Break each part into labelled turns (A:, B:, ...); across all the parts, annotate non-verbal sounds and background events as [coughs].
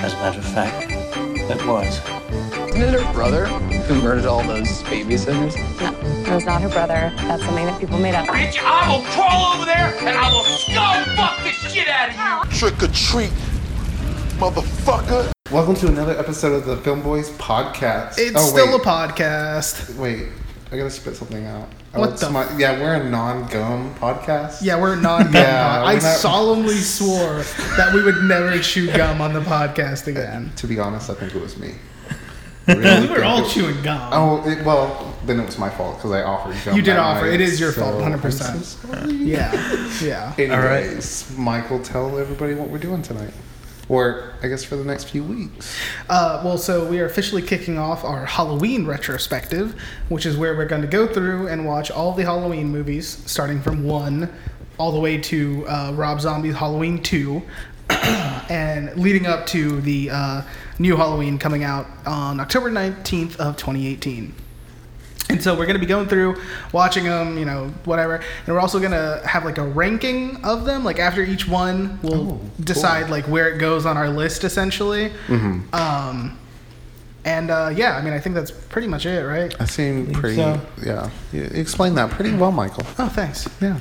A: fact, it was.
B: Isn't it her brother who murdered all those babysitters?
C: No, it was not her brother. That's something that people made up.
D: Bitch, I will crawl over there and I will skull fuck the shit out of you.
E: Trick or treat, motherfucker.
F: Welcome to another episode of the Film Boys podcast.
G: It's
F: oh,
G: still
F: wait,
G: a podcast.
F: Wait, I gotta spit something out. Oh,
G: What
F: it's
G: the-
F: my- yeah, we're a non-gum podcast.
G: Yeah, we're not.
F: [laughs] Yeah,
G: I
F: we're not-
G: solemnly swore that we would never chew gum on the podcast again.
F: Uh, To be honest, I think
G: [laughs]
F: it was me.
G: We were all chewing gum.
F: Oh it, well, then it was my fault because I offered gum.
G: You did
F: that
G: offer.
F: night,
G: It is your fault,
F: so
G: 100%.
F: I'm so sorry.
G: Yeah, yeah.
F: [laughs] Anyways, Michael, tell everybody what we're doing tonight, or I guess for the next few weeks.
G: Uh, well, so we are officially kicking off our Halloween retrospective, which is where we're going to go through and watch all the Halloween movies, starting from one all the way to uh, Rob Zombie's Halloween 2, [coughs] and leading up to the uh, new Halloween coming out on October 19th of 2018. And so we're going to be going through, watching them, Um, you know, whatever. And we're also going to have like a ranking of them. Like after each one, we'll
F: Oh,
G: decide like where it goes on our list essentially. Um, and uh, yeah, I mean, I think that's pretty much it, right?
F: I seem pretty.
A: so.
F: Yeah, you explained that pretty well, Michael.
G: Oh, thanks.
F: Yeah.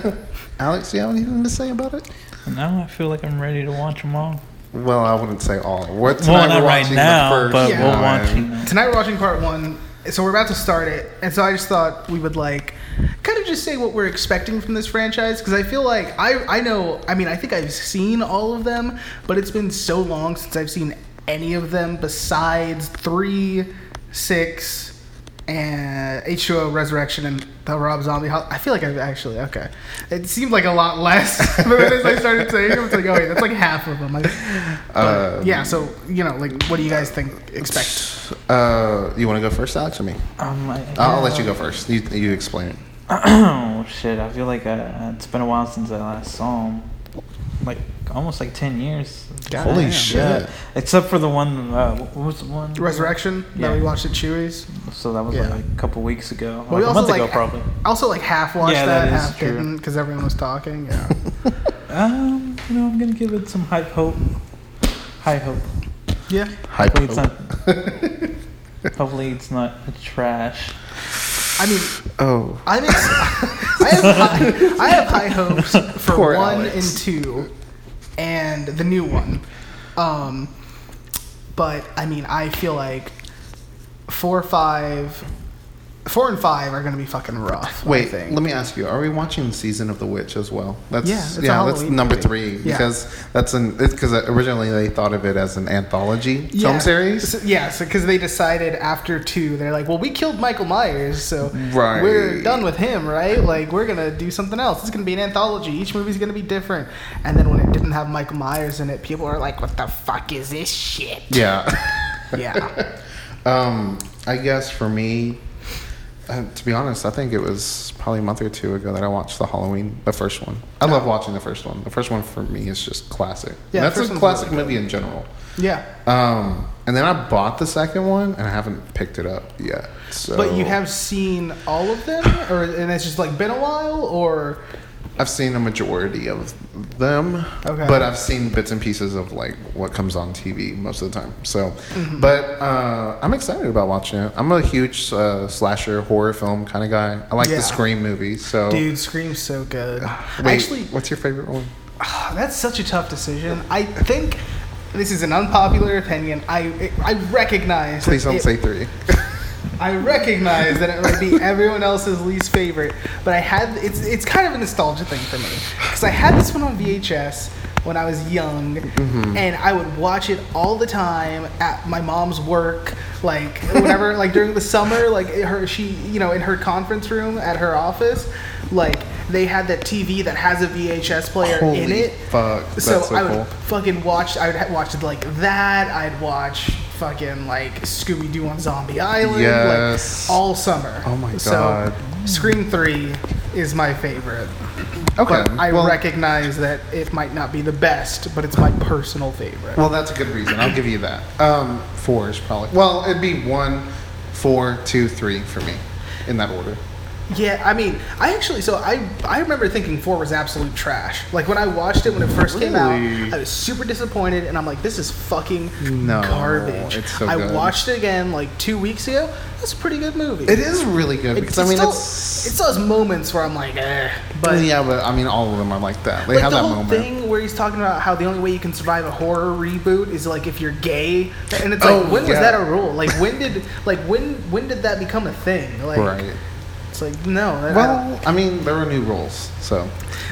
F: [laughs] Alex, do you have anything to say about it?
H: Now I feel like I'm ready to watch them all.
F: Well, I wouldn't say all. We're, tonight
H: Well, not
F: we're
H: right
F: watching
H: now,
F: the first
H: but
G: Yeah.
H: we'll
F: one.
H: watch. You know.
G: Tonight we're watching part one, so we're about to start it, and so I just thought we would like kind of just say what we're expecting from this franchise because I feel like I I know I mean I think I've seen all of them, but it's been so long since I've seen any of them besides three, six, and H2O Resurrection and the Rob Zombie. Hol- I feel like I've actually okay. It seemed like a lot less, [laughs] but then as I started saying, it, I was like, oh wait, that's like half of them. Like, but, yeah, so you know, like, what do you guys think? Expect.
F: Uh, you want to go first, Alex, or me?
H: I'm like,
F: I'll let you
G: Uh,
F: go first. You, you explain it.
H: [clears throat] oh shit! I feel like uh, it's been a while since I last saw them. Like almost like ten years.
F: Holy
H: Yeah.
F: shit.
H: Except for the one. Uh, what was the one?
G: Resurrection that
H: Yeah.
G: we watched at Chewy's.
H: So that was
G: Yeah.
H: like a couple weeks ago.
G: Well,
H: like
G: we
H: Oh, a
G: also
H: month
G: like
H: ago, probably.
G: also like half watched
H: Yeah,
G: that,
H: that is
G: half
H: true.
G: didn't because everyone was talking.
H: [laughs]
G: Yeah,
H: Um, you know, I'm gonna give it some hype hope. High hope.
G: yeah.
F: Hype.
H: Hopefully it's not.
F: [laughs]
H: hopefully it's not trash.
G: I mean,
F: Oh.
G: I'm ex- [laughs] I have high, I have high hopes for
F: Poor
G: one
F: Alex.
G: and two, and the new one. Um, but I mean, I feel like four, five, four and five are gonna be fucking rough. I
F: Wait,
G: think.
F: let me ask you: Are we watching Season of the Witch as well? That's
G: Yeah, it's a
F: that's
G: Halloween
F: number
G: movie.
F: three
G: Yeah.
F: because that's an because originally they thought of it as an anthology
G: Yeah.
F: film series.
G: So, yeah, because they decided after two, they're like, well, we killed Michael Myers, so
F: Right.
G: we're done with him, right? Like, we're going to do something else. It's going to be an anthology. Each movie's going to be different. And then when it didn't have Michael Myers in it, people are like, what the fuck is this shit?
F: Yeah.
G: [laughs] Yeah.
F: [laughs] Um, I guess for me, uh, to be honest, I think it was probably a month or two ago that I watched the Halloween, the first one. I love watching the first one. The first one for me is just classic.
G: Yeah, the
F: Yeah, that's
G: first
F: a
G: one's
F: classic
G: really
F: movie in general.
G: yeah.
F: Um, and then I bought the second one, and I haven't picked it up yet. So,
G: But you have seen all of them? or And it's just like been a while? Or.
F: I've seen a majority of them,
G: Okay.
F: but I've seen bits and pieces of like what comes on TV most of the time. So,
G: Mm-hmm.
F: but uh, I'm excited about watching it. I'm a huge uh, slasher horror film kind of guy. I like
G: Yeah.
F: the Scream movies. So,
G: Dude, Scream's so good.
F: Oh. [sighs] Wait,
G: Actually,
F: what's your favorite one?
G: That's such a tough decision. I think this is an unpopular opinion. I I recognize.
F: Please
G: that
F: don't
G: it-
F: say three.
G: I recognize that it would be everyone else's least favorite, but I had it's it's kind of a nostalgia thing for me because I had this one on VHS when I was young, and I would watch it all the time at my mom's work, like whenever, [laughs] like during the summer, like her she you know in her conference room at her office, like they had that TV that has a VHS player
F: Holy
G: in it.
F: fuck, that's
G: so,
F: so,
G: I would
F: cool.
G: fucking watch. I would ha- watch like that. I'd watch fucking like Scooby Doo on Zombie Island.
F: Yes.
G: Like, all summer.
F: Oh my God.
G: So Scream Three is my favorite.
F: Okay,
G: But I
F: well-
G: recognize that it might not be the best, but it's my personal favorite.
F: Well, that's a good reason. I'll give you that. Um, four is probably well. It'd be one, four, two, three for me, in that order.
G: Yeah, I mean, I actually so I I remember thinking four was absolute trash. Like when I watched it when it first came out,
F: Really?
G: I was super disappointed, and I'm like, this is fucking
F: No,
G: garbage.
F: it's so
G: I
F: good.
G: watched it again like two weeks ago. That's a pretty good movie.
F: It is really good
G: It-
F: because I mean
G: still,
F: it's
G: it's those moments where I'm like, eh, but
F: yeah, but I mean all of them are like that. They
G: like
F: have
G: the
F: that
G: whole
F: moment.
G: thing where he's talking about how the only way you can survive a horror reboot is like if you're gay, and it's like
F: Oh,
G: when was
F: yeah.
G: that a rule? Like when did like when when did that become a thing? Like
F: right.
G: it's like no. that- I don't-
F: Well, I mean there were new rules, so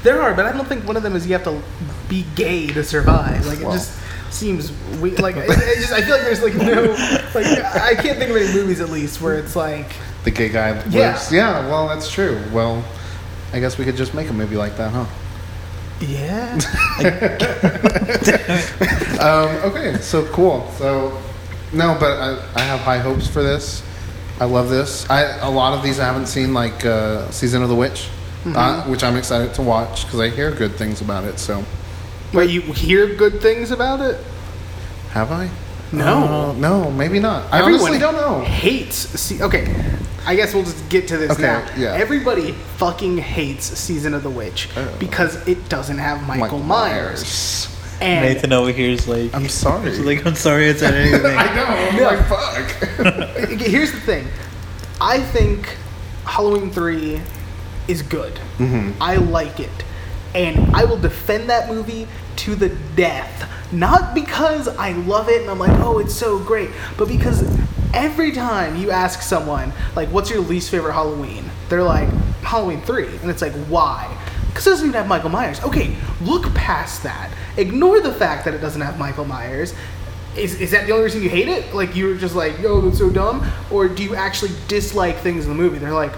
G: There are, but I don't think one of them is you have to be gay to survive. Like
F: Well.
G: it just seems we
F: [laughs]
G: like it, it just I feel like there's like no like I can't think of any movies at least where it's like
F: the gay guy
G: Yeah.
F: lives. Yeah, well that's true. Well, I guess we could just make a movie like that, huh?
G: yeah
F: Um, okay, so cool. So no, but I, I have high hopes for this. I love this. I a lot of these I haven't seen, like uh, season of the witch,
G: Mm-hmm.
F: uh, which I'm excited to watch because I hear good things about it. So
G: [laughs] where you hear good things about it.
F: have I?
G: No.
F: Uh, no, maybe not. I
G: Everyone
F: honestly don't know.
G: Oh. Hates see okay. I guess we'll just get to this
F: Okay,
G: now.
F: yeah. Oh.
G: Everybody fucking hates Season of the Witch because it doesn't have Michael,
F: Michael
G: Myers. And
H: Nathan over here is like,
G: [laughs]
F: I'm sorry.
H: he's like, I'm sorry, it's not
F: I
H: anything.
F: know. I'm like, fuck.
G: Okay, Here's the thing. I think Halloween 3 is good. I like it. And I will defend that movie to the death. Not because I love it and I'm like, oh, it's so great, but because every time you ask someone, like, what's your least favorite Halloween? They're like, Halloween 3. And it's like, why? Because it doesn't even have Michael Myers. Okay, look past that. Ignore the fact that it doesn't have Michael Myers. Is, is that the only reason you hate it? Like you were just like, yo, that's so dumb? Or do you actually dislike things in the movie? They're like,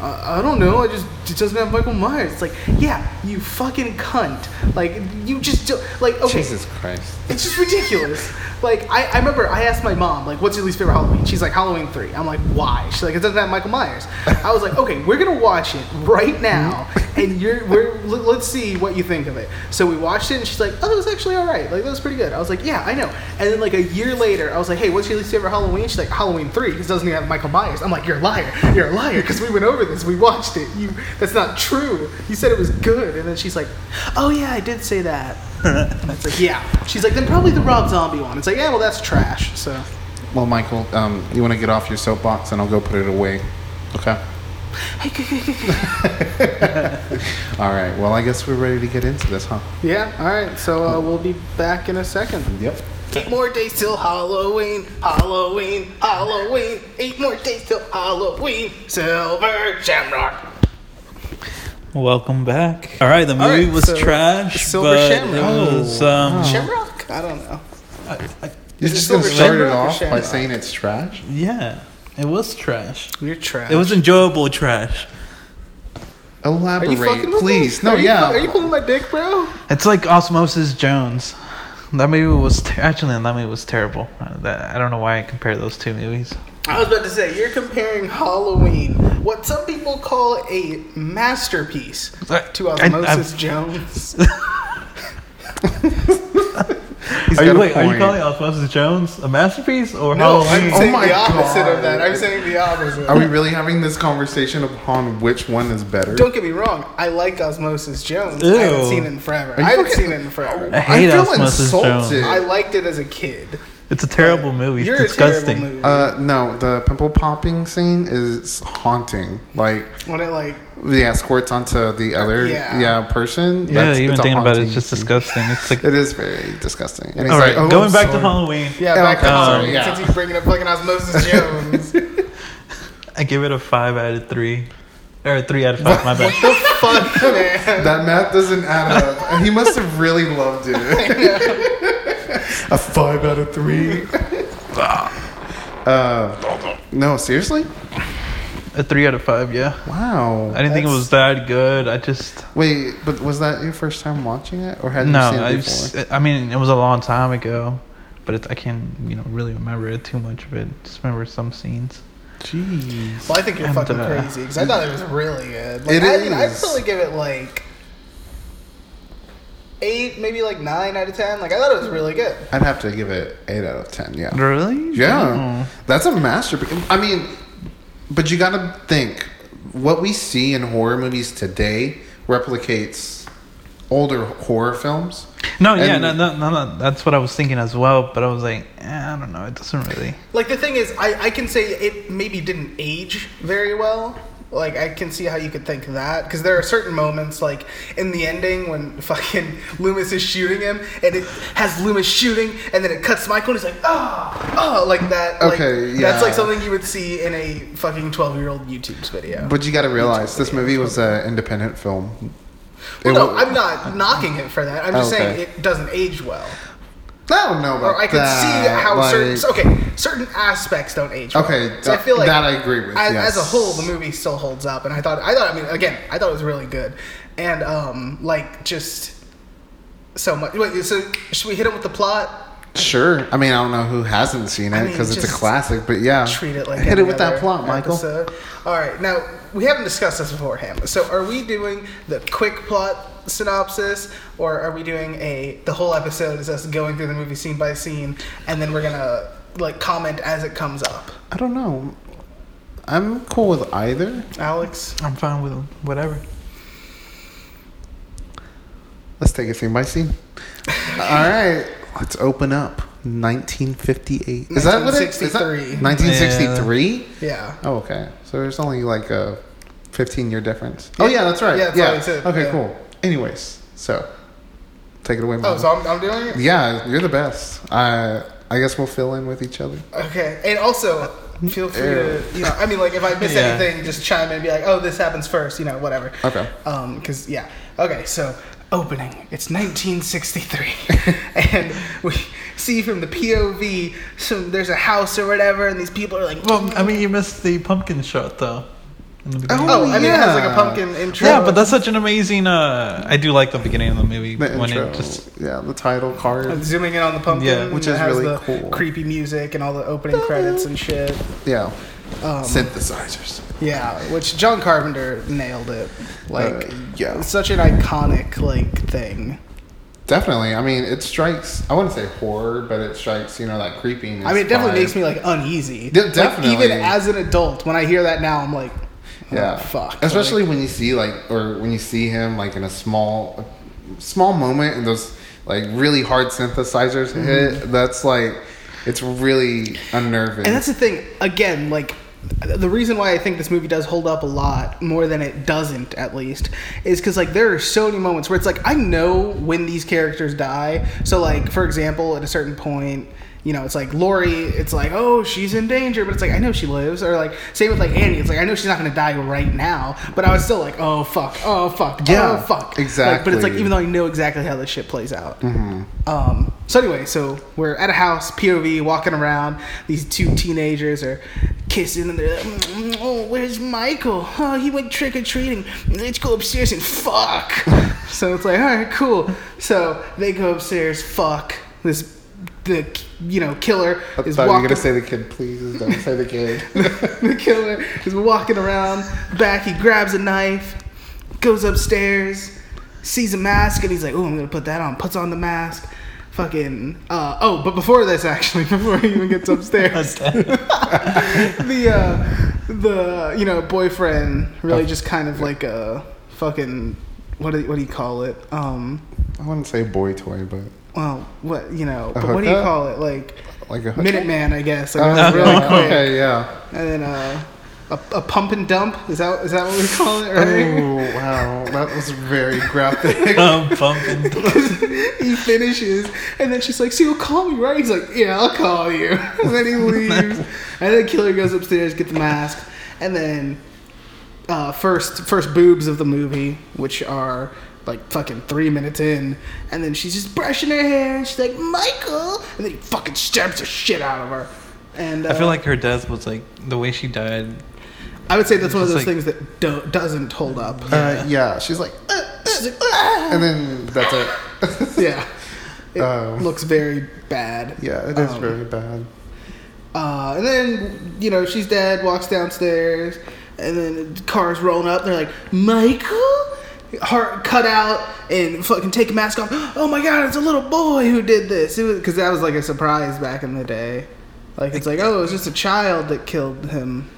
G: uh, I don't know. I just it doesn't have Michael Myers. It's like, yeah, you fucking cunt. Like you just do, like okay,
F: Jesus Christ.
G: it's just ridiculous. Like I, I remember I asked my mom like, "What's your least favorite Halloween?" She's like, "Halloween 3." I'm like, "Why?" She's like, "It doesn't have Michael Myers." I was like, "Okay, we're gonna watch it right now, and you're we're l- let's see what you think of it." So we watched it, and she's like, "Oh, that was actually all right. Like that was pretty good." I was like, "Yeah, I know." And then like a year later, I was like, "Hey, what's your least favorite Halloween?" She's like, "Halloween 3," because it doesn't even have Michael Myers. I'm like, "You're a liar. You're a liar," because we went over this. We watched it. You that's not true. You said it was good, and then she's like, "Oh yeah, I did say that." It's like, yeah. She's like, then probably the Rob Zombie one. It's like, yeah, well, that's trash. [laughs] So,
F: Well, Michael, um, you want to get off your soapbox and I'll go put it away. Okay. All right. Well, I guess we're ready to get into this, huh?
G: yeah, all right. So uh, we'll be back in a second.
F: Yep.
G: Eight more days till Halloween, Halloween, Halloween. Eight more days till Halloween. Silver Shamrock.
H: [laughs] Welcome back. All right, the movie
G: right,
H: was
G: so,
H: trash,
G: Silver
H: but it
G: Shamrock.
H: was um,
G: Shamrock? Oh. I don't know.
F: You're
G: it
F: just gonna
G: Silver
F: start it
G: Shamrock or
F: off by
G: Shamrock?
F: saying it's trash.
H: yeah, it was trash.
G: You're trash.
H: It was enjoyable trash.
G: Are you
F: Elaborate,
G: fucking with
F: please.
G: us?
F: No,
G: Are you
F: yeah.
G: fu- are you pulling my dick, bro?
H: It's like Osmosis Jones. That movie was ter- actually that movie was terrible. Uh, that- I don't know why I compared those two movies.
G: I was about to say you're comparing Halloween, what some people call a masterpiece,
H: I-
G: to
H: I-
G: Osmosis
H: I've-
G: Jones.
F: He's
H: Are you,
F: got a
H: wait, are you
F: point.
H: calling Osmosis Jones a masterpiece or
G: No,
H: Halloween?
G: I'm saying
H: [laughs]
F: my
G: the opposite
F: God.
G: of that. I'm saying the opposite.
F: Are we really having this conversation upon which one is better?
G: Don't get me wrong. I like Osmosis Jones. I haven't
H: Ew.
G: seen it in forever.
F: you
G: I haven't
F: fucking-
G: seen it in
H: I
F: [laughs]
G: forever.
H: hate
F: I feel
H: Osmosis
F: insulted.
H: Jones.
G: I liked it as a kid.
H: It's a terrible movie.
G: You're
H: It's
G: a terrible
H: disgusting.
G: movie.
F: Uh, no, the pimple popping scene is haunting. Like,
G: when it like
F: yeah, squirts onto the other
G: Yeah.
F: yeah, person.
H: Yeah,
F: That's-
H: even
F: it's a
H: thinking about it, it's
F: haunting
H: just
F: scene.
H: disgusting. It's like
F: It is very disgusting. And he's
H: all right,
F: like, "Oh,
H: going
F: I'm
H: back to
F: sorry."
H: Halloween.
G: yeah,
F: Yeah,
G: back
F: okay.
G: to Halloween
F: Sorry, yeah.
G: since he's bringing up fucking
F: [laughs]
G: Osmosis Jones.
H: I give it a five out of three, or three out of five. my bad.
G: Fuck man.
F: That math doesn't add up. And he must have really loved it.
G: [laughs]
F: [laughs] a five out of three. [laughs] uh, no, seriously?
H: [laughs] A three out of five. Yeah.
F: Wow.
H: I didn't think it was that good. I just
F: Wait, but was that your first time watching it, or had
H: no.
F: you seen it
H: I've,
F: before?
H: s- I mean, it was a long time ago, but it, I can't you know really remember it too much of it. Just remember some scenes.
F: Jeez.
G: Well, I think you're
H: And,
G: fucking
H: uh,
G: crazy because I thought it was really good. Like,
F: It
G: I mean, I'd
F: is.
G: probably give it like eight, maybe like nine out of ten. Like I thought it was really good.
F: I'd have to give it eight out of ten. Yeah.
H: Really?
G: Mm-hmm.
F: Yeah, that's a masterpiece. I mean, but you got to think what we see in horror movies today replicates older horror films.
H: No, yeah,
F: And-
H: no, no, no, no, that's what I was thinking as well. But I was like, eh, I don't know, it doesn't really.
G: Like the thing is, I, I can say it maybe didn't age very well. Like I can see how you could think that because there are certain moments, like in the ending when [laughs] fucking Loomis is shooting him, and it has Loomis shooting, and then it cuts Michael, and he's like, ah, oh, like that. like,
F: Okay,
G: That's like
F: yeah.
G: something you would see in a fucking twelve-year-old YouTube's video.
F: But you got to realize this movie was an independent film.
G: Well,
F: It
G: no,
F: wa- Oh,
G: I'm not knocking it for that. I'm just
F: Okay.
G: saying it doesn't age well.
F: I don't know about
G: Or I can see
F: that,
G: how
F: like-
G: certain okay certain aspects don't age. well.
F: Okay,
G: so I feel like
F: that I agree with,
G: As,
F: yes.
G: as a whole, the movie still holds up, and I thought I thought I mean again I thought it was really good, and um like just so much. Wait, so should we hit him with the plot?
F: Sure. I mean, I don't know who hasn't seen
G: I
F: it
G: mean,
F: because it's a
G: just
F: classic. But yeah,
G: Treat it like
F: Uh, hit
G: any
F: it with
G: other
F: that plot, Michael.
G: episode. All right, now we haven't discussed this beforehand. So are we doing the quick plot? synopsis or are we doing a the whole episode is us going through the movie scene by scene and then we're gonna like comment as it comes up
F: I don't know. I'm cool with either.
G: alex
H: I'm fine with whatever.
F: Let's take it scene by scene. All right, let's open up. 1958. Is that what it is? that-
G: 1963.
F: 1963?
G: Yeah.
F: Oh, okay. So there's only like a 15 year difference. Oh, yeah, that's right.
G: Yeah,
F: Yeah,
G: that's what he said,
F: Okay,
G: yeah.
F: cool. Anyways, so take it away, Mom.
G: Oh, so I'm, I'm doing it?
F: yeah, you're the best. I I guess we'll fill in with each other.
G: Okay. And also, feel free to, you know, I mean, like, if I miss
H: Yeah.
G: anything, just chime in and be like, oh, this happens first, you know, whatever.
F: Okay.
G: Um, because, yeah. Okay, so opening. It's
F: [laughs]
G: 1963. and we see from the POV, so there's a house or whatever, and these people are like,
H: Well, I mean, you missed the pumpkin shot though. In the beginning.
G: oh, I mean, it has like a
F: yeah.
G: pumpkin intro.
H: yeah, but that's such an amazing. Uh, I do like the beginning of the movie
F: The
H: when
F: intro.
H: it just
F: yeah, the title card.
G: Zooming in on the pumpkin,
H: Yeah,
F: which
G: and it
F: is
G: has
F: really
G: the
F: cool.
G: creepy music and all the opening credits and shit.
F: Yeah.
G: Um,
F: Synthesizers.
G: Yeah, which John Carpenter nailed it. Like,
F: Uh, yeah.
G: such an iconic like thing.
F: Definitely. I mean, it strikes, I wouldn't say horror, but it strikes, you know, that creepiness.
G: I mean, it definitely
F: vibe.
G: makes me like uneasy.
F: De-
G: Like,
F: definitely.
G: even as an adult, when I hear that now, I'm like, oh,
F: Yeah.
G: fuck.
F: Especially when you see like or when you see him like in a small small moment and those like really hard synthesizers
G: Mm-hmm.
F: hit, that's like it's really unnerving.
G: And that's the thing. Again, like the reason why I think this movie does hold up a lot more than it doesn't, at least, is because like there are so many moments where it's like I know when these characters die. So like for example, at a certain point. You know, it's like Lori. It's like, oh, she's in danger, but it's like I know she lives. Or like, same with like Annie. It's like I know she's not gonna die right now, but I was still like, oh fuck, oh fuck, oh
F: Yeah,
G: fuck, Like, but it's like
F: exactly. Mm-hmm.
G: even though I know exactly how this shit plays out. Um, so anyway, so we're at a house, POV, walking around. These two teenagers are kissing, and they're like, "Mm, "Oh, where's Michael? Oh, he went trick or treating. Let's go upstairs and fuck." [laughs] so it's like, all right, cool. So they go upstairs, fuck this. The you know killer
F: I
G: is
F: thought you were
G: walking
F: gonna say the kid, please don't say the
G: [laughs]
F: kid.
G: the killer is walking around back. He grabs a knife, goes upstairs, sees a mask, and he's like, "Oh, I'm gonna put that on." Puts on the mask. Fucking. Uh, oh, but before this, actually, [laughs] before he even gets upstairs,
F: [laughs]
G: [laughs] the uh, the you know boyfriend really
F: Oh.
G: just kind of like a fucking what do, what do you call it? Um,
F: I wouldn't say boy toy, but
G: well, what you know? But what do you
F: hookup?
G: call it? Like
F: like a
G: Minuteman, I guess. Like, [laughs]
F: Oh,
G: that was really quick. [laughs]
F: okay, yeah.
G: And then uh, a, a pump and dump. Is that is that what we call it? Right?
F: Oh wow, that was very
I: [laughs]
F: graphic.
I: Uh.
H: um,
F: [laughs]
H: pumpkin.
G: [laughs] he finishes, and then she's like, "So you'll call me, right?" He's like, "Yeah, I'll call you." [laughs] and then
H: [laughs]
G: he leaves, and then Killer goes upstairs, get the mask, and then uh, first first boobs of the movie, which are like fucking three minutes in, and then she's just brushing her hair, and she's like, "Michael," and then he fucking stabs the shit out of her. And uh,
H: I feel like her death was like the way she died.
G: I would say that's one of those
H: Just like-
G: things that do- doesn't hold up.
F: Uh, yeah, she's like, "Uh,"
G: She's like, "Ah."
F: and then that's it. [laughs]
G: yeah. It
F: Um,
G: looks very bad.
F: yeah, it is
G: Um,
F: very bad.
G: Uh, and then, you know, she's dead, walks downstairs, and then the car's rolling up. They're like, Michael? Heart cut out and fucking take a mask off. [gasps] Oh my god, it's a little boy who did this. It was Because that was like a surprise back in the day. Like, it's like, oh, it was just a child that killed him.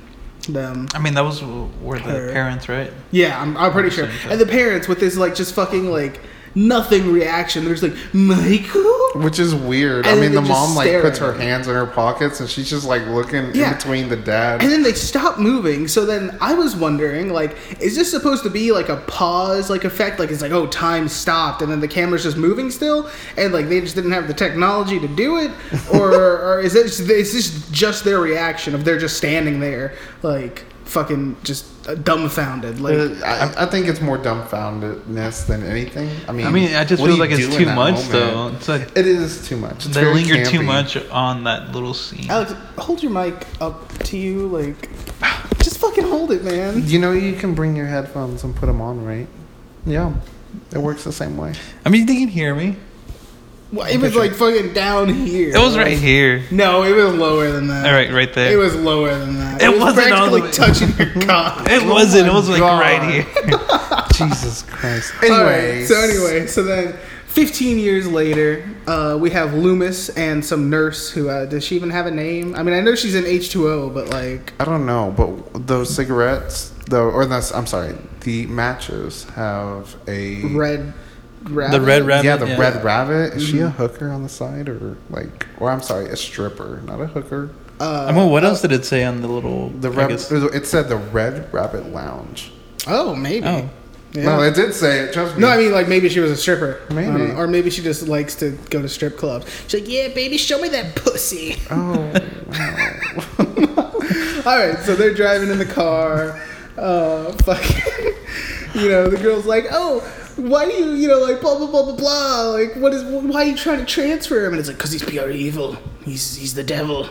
G: them.
H: I mean, that was where the
G: Her.
H: parents, right?
G: Yeah, I'm, I'm pretty sure.
H: Same
G: And the parents with this like just fucking like nothing reaction. They're just like Michael.
F: Which is weird.
G: And
F: I mean,
G: they
F: the
G: just
F: mom like
G: stare
F: puts
G: at
F: her
G: her.
F: hands in her pockets, and she's just like looking
G: Yeah.
F: in between the dad.
G: And then they stop moving. So then I was wondering, like, is this supposed to be like a pause, like effect? Like it's like, oh, time stopped, and then the camera's just moving still, and like they just didn't have the technology to do it, [laughs] or, or is this is this just their reaction of they're just standing there, like fucking just uh, dumbfounded, like.
F: Uh, I, I think it's more dumbfoundedness than anything. I mean,
H: I mean, I just
F: what do
H: feel
F: you
H: like
F: do
H: it's
F: in
H: too
F: that
H: much,
F: moment?
H: though. It's like
F: It is too much. It's
H: they
F: very
H: linger too
F: campy. Oh.
H: much on that little scene.
G: Alex, hold your mic up to you, like, [sighs] just fucking hold it, man.
F: You know, you can bring your headphones and put them on, right? Yeah, it works the
G: [laughs]
F: same way.
H: I mean, they can hear me.
G: Well, It was like fucking down here.
H: It was right here.
G: No, it was lower than that.
H: All right, right there.
G: It was lower than that.
H: It wasn't all the
G: practically
H: way-
G: touching your cock.
H: It wasn't. It was like
F: Oh God.
H: right here.
F: [laughs] Jesus Christ.
G: All right,
F: Anyways,
G: So anyway, so then, 15 years later, uh, we have Loomis and some nurse who uh, does she even have a name? I mean, I know she's in H2O, but like,
F: I don't know, but those cigarettes, though, or that's I'm sorry, the matches have a
G: red.
H: Mm. The
G: Rabbit? Mm-hmm.
H: red rabbit.
F: Yeah, the red rabbit. Is she a hooker on the side, or like, or I'm sorry, a stripper, not a hooker.
H: I mean, what else did it say on the little?
F: Uh, The uh,
H: I
F: rab-
H: guess-
F: it said the Red Rabbit Lounge.
G: Oh, maybe.
H: Oh.
G: Yeah.
F: No, it did say it. Trust me.
G: No, I mean like maybe she was a stripper,
F: Maybe.
G: Uh, or maybe she just likes to go to strip clubs. She's like, yeah, baby, show me that pussy. [laughs] All right, so they're driving in the car. Uh, fucking, [laughs] you know, the girl's like, oh, why do you, you know, like blah blah blah blah blah. Like, what is? Why are you trying to transfer him? And it's like, cause he's pure evil. He's he's the devil.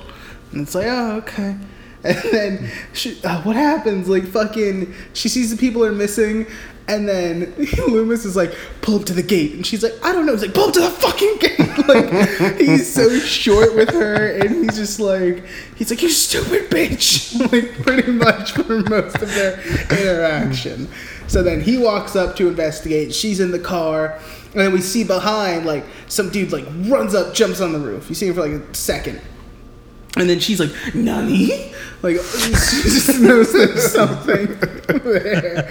G: And it's like, oh, okay. [laughs] And then she, uh, what happens? Like, fucking, she sees the people are missing. And then [laughs] Loomis is like, pull up to the gate. And she's like, I don't know. He's like, pull up to the fucking [laughs] gate. Like, he's so short with her. And he's just like, he's like, you stupid bitch. [laughs] Like, pretty much for most of their interaction. So then he walks up to investigate. She's in the car. And then we see behind, like, some dude, like, runs up, jumps on the roof. You see him for, like, a second. And then she's like, Nani? Like, [laughs] she just knows there's something there.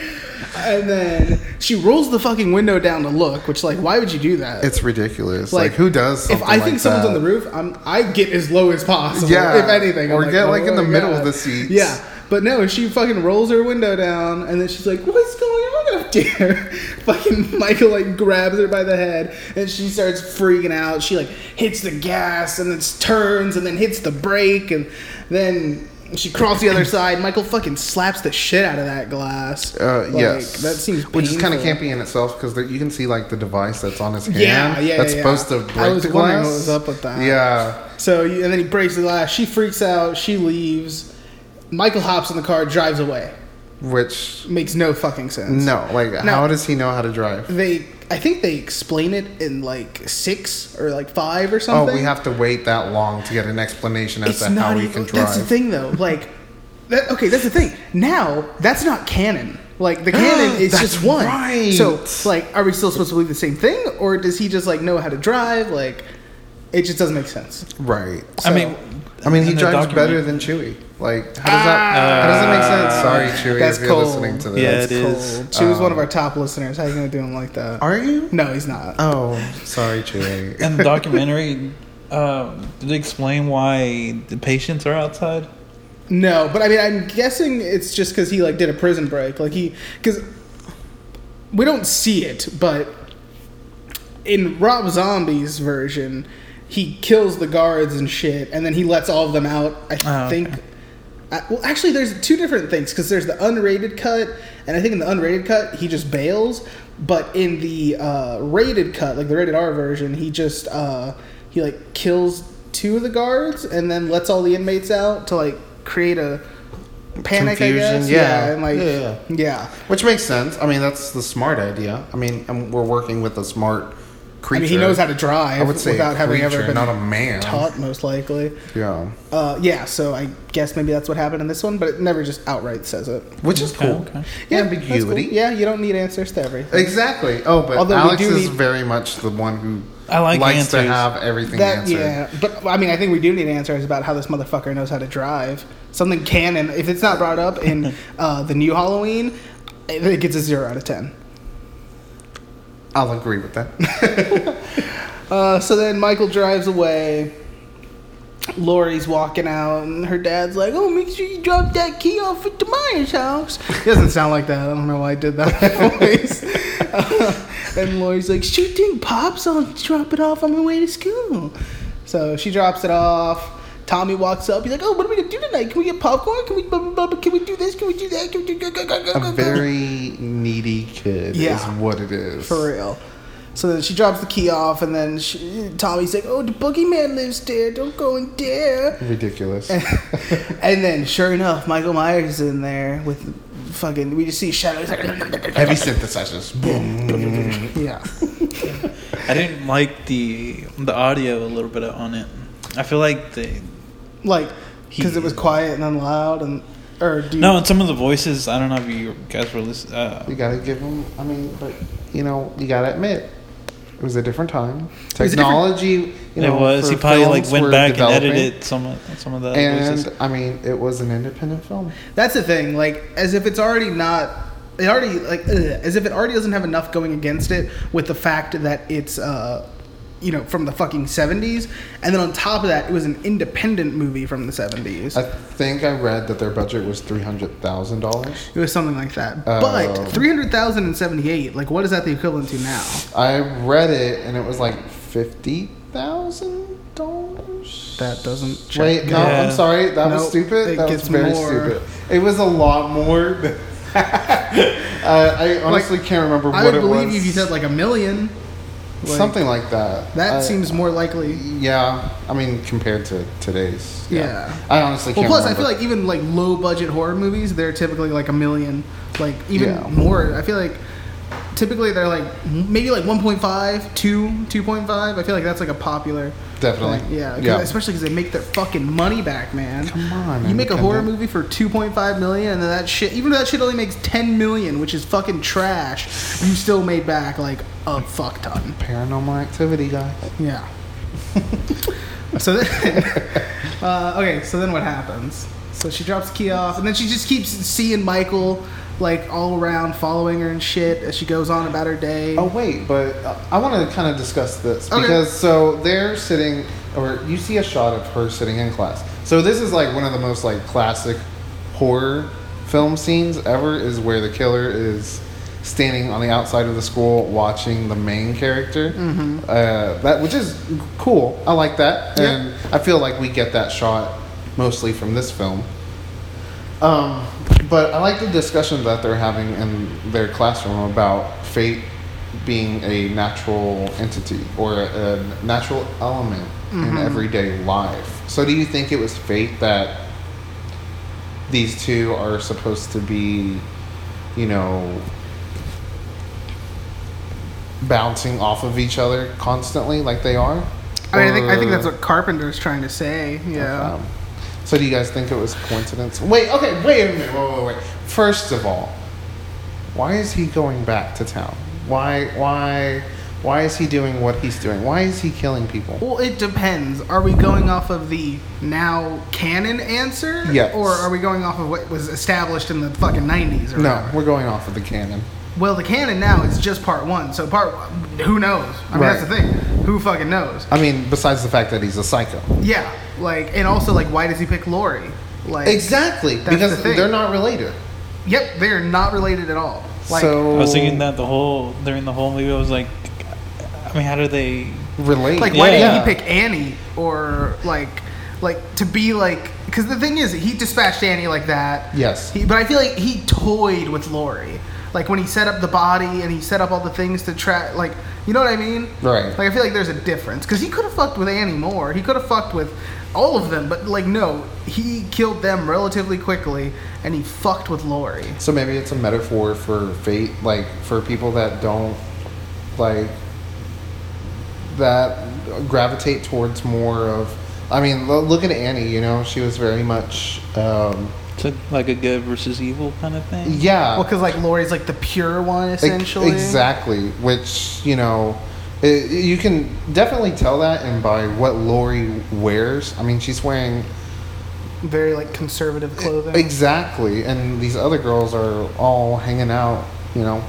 G: And then she rolls the fucking window down to look, which, like, why would you do that?
F: it's ridiculous. Like, who does? Something
G: If I think
F: like
G: someone's
F: that?
G: on the roof, I'm, I get as low as possible.
F: Yeah.
G: If anything. I'm
F: Or get,
G: oh
F: like, in the
G: my
F: middle of the seats.
G: Yeah. But no, she fucking rolls her window down, and then she's like, "What's going on up there?" [laughs] fucking Michael like grabs her by the head, and she starts freaking out. She like hits the gas, and then s- turns, and then hits the brake, and then she crawls the other
F: [clears throat]
G: side. Michael fucking slaps the shit out of that glass.
F: Uh,
G: Like,
F: yes,
G: that seems
F: which is kind of
G: painful.
F: campy in itself because you can see like the device that's on his hand.
G: Yeah, yeah,
F: that's
G: yeah.
F: supposed to
G: I
F: break
G: was
F: the
G: wondering
F: glass.
G: what was up with that.
F: Yeah,
G: So you- and then he breaks the glass. She freaks out. She leaves. Michael hops in the car, drives away.
F: which
G: Makes no fucking sense.
F: no, like how does he know how to drive?
G: They, I think they explain it in like six or like five or
F: Oh,
G: something.
F: we have to wait that long to get an explanation as
G: It's
F: to how
G: not
F: he
G: even.
F: can drive.
G: That's the thing, though. Like, that, okay, that's the thing. Now that's not canon. Like the
F: [gasps]
G: canon is
F: That's
G: just one.
F: right.
G: So, like, are we still supposed to believe the same thing, or does he just like know how to drive? Like, it just doesn't make sense.
F: Right.
H: I mean,
F: I mean, he
H: in the
F: drives
H: document-
F: better than Chewie. Like, how does
G: Ah.
F: that? how does that make sense? Uh, Sorry, Chewie,
G: that's
F: if you're
G: cold.
F: listening to
H: Yeah,
F: this. Um,
H: it is.
G: Cold. She was one of our top listeners. How you gonna do him like that?
F: Are you?
G: No, he's not.
F: Oh, sorry, Chewie.
H: In the documentary, uh, did they explain why the patients are outside?
G: No, but I mean, I'm guessing it's just because he like did a prison break. Like he, because we don't see it, but in Rob Zombie's version, he kills the guards and shit, and then he lets all of them out. I
H: Oh,
G: think.
H: okay.
G: I, well, actually, there's two different things because there's the unrated cut, and I think in the unrated cut he just bails, but in the uh, rated cut, like the rated R version, he just uh, he like kills two of the guards and then lets all the inmates out to like create a panic,
F: Confusion,
G: I guess.
F: yeah.
G: and like
F: Yeah,
G: yeah. yeah.
F: Which makes sense. I mean, that's the smart idea. I mean, and we're working with a smart
G: I
F: creature.
G: mean, he knows how to drive
F: I would say
G: without
F: a
G: having ever
F: creature,
G: been
F: not a man.
G: taught, most likely.
F: Yeah,
G: Uh, yeah, so I guess maybe that's what happened in this one, but it never just outright says it.
F: which is
H: Okay,
F: cool.
H: okay.
G: Yeah, that's cool.
F: Ambiguity.
G: Yeah, you don't need answers to everything.
F: Exactly. Oh, but
G: Although we
F: Alex
G: do
F: is
G: need-
F: very much the one who
H: I like
F: likes to
H: answers.
F: have everything
G: That
F: answered.
G: yeah, but I mean, I think we do need answers about how this motherfucker knows how to drive. Something canon, if it's not brought up
F: [laughs]
G: in uh, the new Halloween, it it gets a zero out of ten.
F: I'll agree with that.
G: Uh, so then Michael drives away. Lori's walking out, and her dad's like, "Oh, make sure you drop that key off at the Myers house." It doesn't sound like that. I don't know why I did that [laughs] voice. Uh, and Lori's like, "Sure thing, pops. I'll drop it off on my way to school." So she drops it off. Tommy walks up. He's like, "Oh, what are we gonna do tonight? Can we get popcorn? Can we blah, blah, blah, can we do this? Can we do that? Can we do go go go go go?"
F: a
G: [laughs] go?"
F: very needy kid
G: Yeah.
F: is what it is.
G: For real. So then she drops the key off, and then she, Tommy's like, "Oh, the boogeyman lives there. Don't go in there." [laughs]
F: Ridiculous.
G: and then, sure enough, Michael Myers is in there with fucking. We just see shadows. Like,
F: Heavy synthesizers. Boom.
G: [laughs] yeah. [laughs]
H: I didn't like the the audio a little bit on it. I feel like the
G: Like, because it was quiet and then loud, and or do you,
H: no, and some of the voices. I don't know if you guys were listening. Uh,
F: You gotta give them. I mean, but you know, you gotta admit, it was a different time.
G: was a different-
F: Technology. you know,
H: it was
F: for
H: he probably like
F: films
H: went
F: were
H: back
F: developing,
H: and edited some of some of the voices.
F: And I mean, it was an independent film.
G: That's the thing. Like, as if it's already not. It already like ugh, as if it already doesn't have enough going against it with the fact that it's uh, you know, from the fucking seventies, and then on top of that, it was an independent movie from the seventies.
F: I think I read that their budget was three hundred thousand dollars.
G: It was something like that.
F: Oh.
G: but 300,078, like what is that the equivalent to now?
F: I read it and it was like fifty thousand dollars.
G: That doesn't check
F: Wait, no,
H: Yeah.
F: I'm sorry. That was
G: Nope,
F: stupid.
G: it
F: that
G: gets
F: was very
G: more.
F: stupid. It was a lot more. Than [laughs] uh, I honestly can't remember what
G: I would
F: it
G: believe
F: was.
G: you if you said like a million. Like,
F: something like that.
G: That
F: I-
G: seems more likely.
F: Yeah, I mean compared to today's.
G: Yeah.
F: I honestly
G: Well,
F: can't.
G: plus, I
F: remember.
G: feel like even like low budget horror movies, they're typically like a million, like even
F: Yeah.
G: more. I feel like typically they're like maybe like 1.5, 2, 2.5. I feel like that's like a popular.
F: Definitely.
G: thing. Yeah, 'cause-
F: Yeah.
G: especially because they make their fucking money back, man.
F: Come on,
G: you make a
F: independent.
G: horror movie for 2.5 million, and then that shit, even though that shit only makes 10 million, which is fucking trash, you still made back like a fuck ton.
F: paranormal activity, guys.
G: Yeah. [laughs] so then, [laughs] uh, okay, so then what happens? So she drops the key off, and then she just keeps seeing Michael like all around, following her and shit as she goes on about her day.
F: Oh wait, but uh, I want to kind of discuss this
G: Okay.
F: because so they're sitting, or you see a shot of her sitting in class. So this is like one of the most like classic horror film scenes ever. Is where the killer is standing on the outside of the school watching the main character. Uh, that which is cool. I like that,
G: Mm-hmm. Yeah.
F: and I feel like we get that shot mostly from this film. Um, but I like the discussion that they're having in their classroom about fate being a natural entity or a natural element
G: Mm-hmm.
F: in everyday life. So, do you think it was fate that these two are supposed to be, you know, bouncing off of each other constantly like they are?
G: I mean, I think I think
F: Or-
G: that's what Carpenter's trying to say. Yeah.
F: um, so do you guys think it was coincidence? Wait, okay, wait a minute, wait, wait, wait. First of all, why is he going back to town? Why, why, why is he doing what he's doing? Why is he killing people?
G: Well, it depends. Are we going off of the now canon answer?
F: Yes.
G: Or are we going off of what was established in the fucking 90s or
F: No,
G: whatever?
F: we're going off of the canon.
G: Well, the canon now is just part one. So part who knows? I mean, that's the
F: Right.
G: thing. Who fucking knows?
F: I mean, besides the fact that he's a psycho.
G: Yeah, like, and also like, why does he pick Lori? Like,
F: Exactly,
G: That's
F: because
G: the thing.
F: they're not related.
G: Yep, they are not related at all. Like,
F: so
H: I was thinking that the whole during the whole movie I was like, I mean, how do they?
F: relate.
G: like why
H: Yeah.
G: did he pick Annie or like, like to be like? Because the thing is, he dispatched Annie like that.
F: Yes.
G: He, but I feel like he toyed with Lori, like when he set up the body and he set up all the things to track. Like, you know what I mean?
F: Right.
G: Like I feel like there's a difference because he could have fucked with Annie more. He could have fucked with all of them, but like no, he killed them relatively quickly and he fucked with Lori.
F: So maybe it's a metaphor for fate, like for people that don't like that gravitate towards more of. I mean, lo- look at Annie. You know, she was very much, um,
H: It's like a good versus evil kind of thing.
F: yeah,
G: Well, because like Lori's like the pure one
F: e-
G: essentially.
F: exactly. Which you know, Uh, you can definitely tell that, and by what Lori wears. I mean, she's wearing
G: Very like conservative
F: e-,
G: clothing.
F: exactly, and these other girls are all hanging out. You know,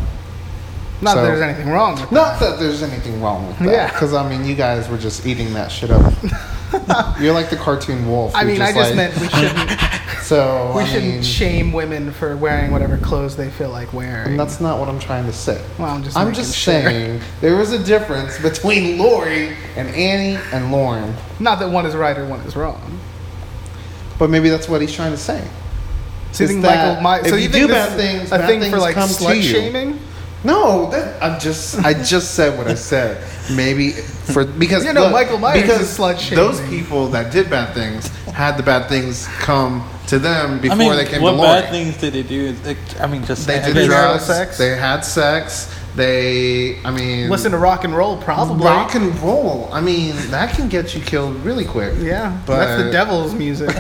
G: Not
F: so-
G: that there's anything wrong. With
F: not that there's anything wrong with that.
G: Yeah.
F: because I mean, you guys were just eating that shit up.
G: [laughs]
F: You're like the cartoon wolf.
G: I
F: who
G: mean, I just
F: like-
G: meant
F: [laughs]
G: we shouldn't
F: so.
G: we
F: I
G: shouldn't
F: mean,
G: shame women for wearing whatever clothes they feel like wearing.
F: And that's not what I'm trying to say.
G: Well, I'm just
F: I'm
G: making
F: just
G: sure.
F: saying there is a difference between Lori and Annie and Lauren.
G: Not that one is right or one is wrong.
F: But maybe that's what he's trying to say.
G: So you
F: It's
G: think
F: that
G: Michael? My,
F: if
G: so you,
F: you
G: think
F: do
G: this
F: bad
G: is
F: things,
G: a
F: bad
G: thing for
F: things
G: like
F: come to
G: slut
F: you.
G: shaming?
F: No, that I just I just
G: [laughs]
F: said what I said. Maybe for because
G: You know, Michael Myers
F: because
G: is slut
F: Those
G: shaming.
F: people that did bad things had the bad things come to them before
H: I mean,
F: they came
H: what
F: to Lori.
H: bad things did they do? Like, I mean, just
F: they
H: I
F: did
H: guess-
F: drugs.
G: sex?
F: They had sex. They, I mean,
G: Listen to rock and roll, probably.
F: rock and roll. I mean, that can get you killed really quick.
G: yeah,
F: but
G: that's the devil's
F: [laughs]
G: music.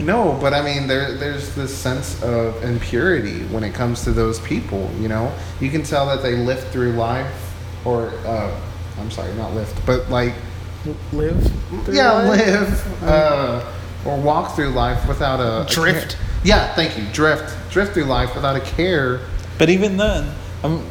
F: No, but I mean, there, there's this sense of impurity when it comes to those people. You know, you can tell that they lived through life, or uh, I'm sorry, not lived, but like
G: Live. through
F: yeah,
G: life?
F: live uh, or walk through life without a a
G: Drift.
F: care. Yeah, thank you, drift, drift through life without a care.
H: But even then, i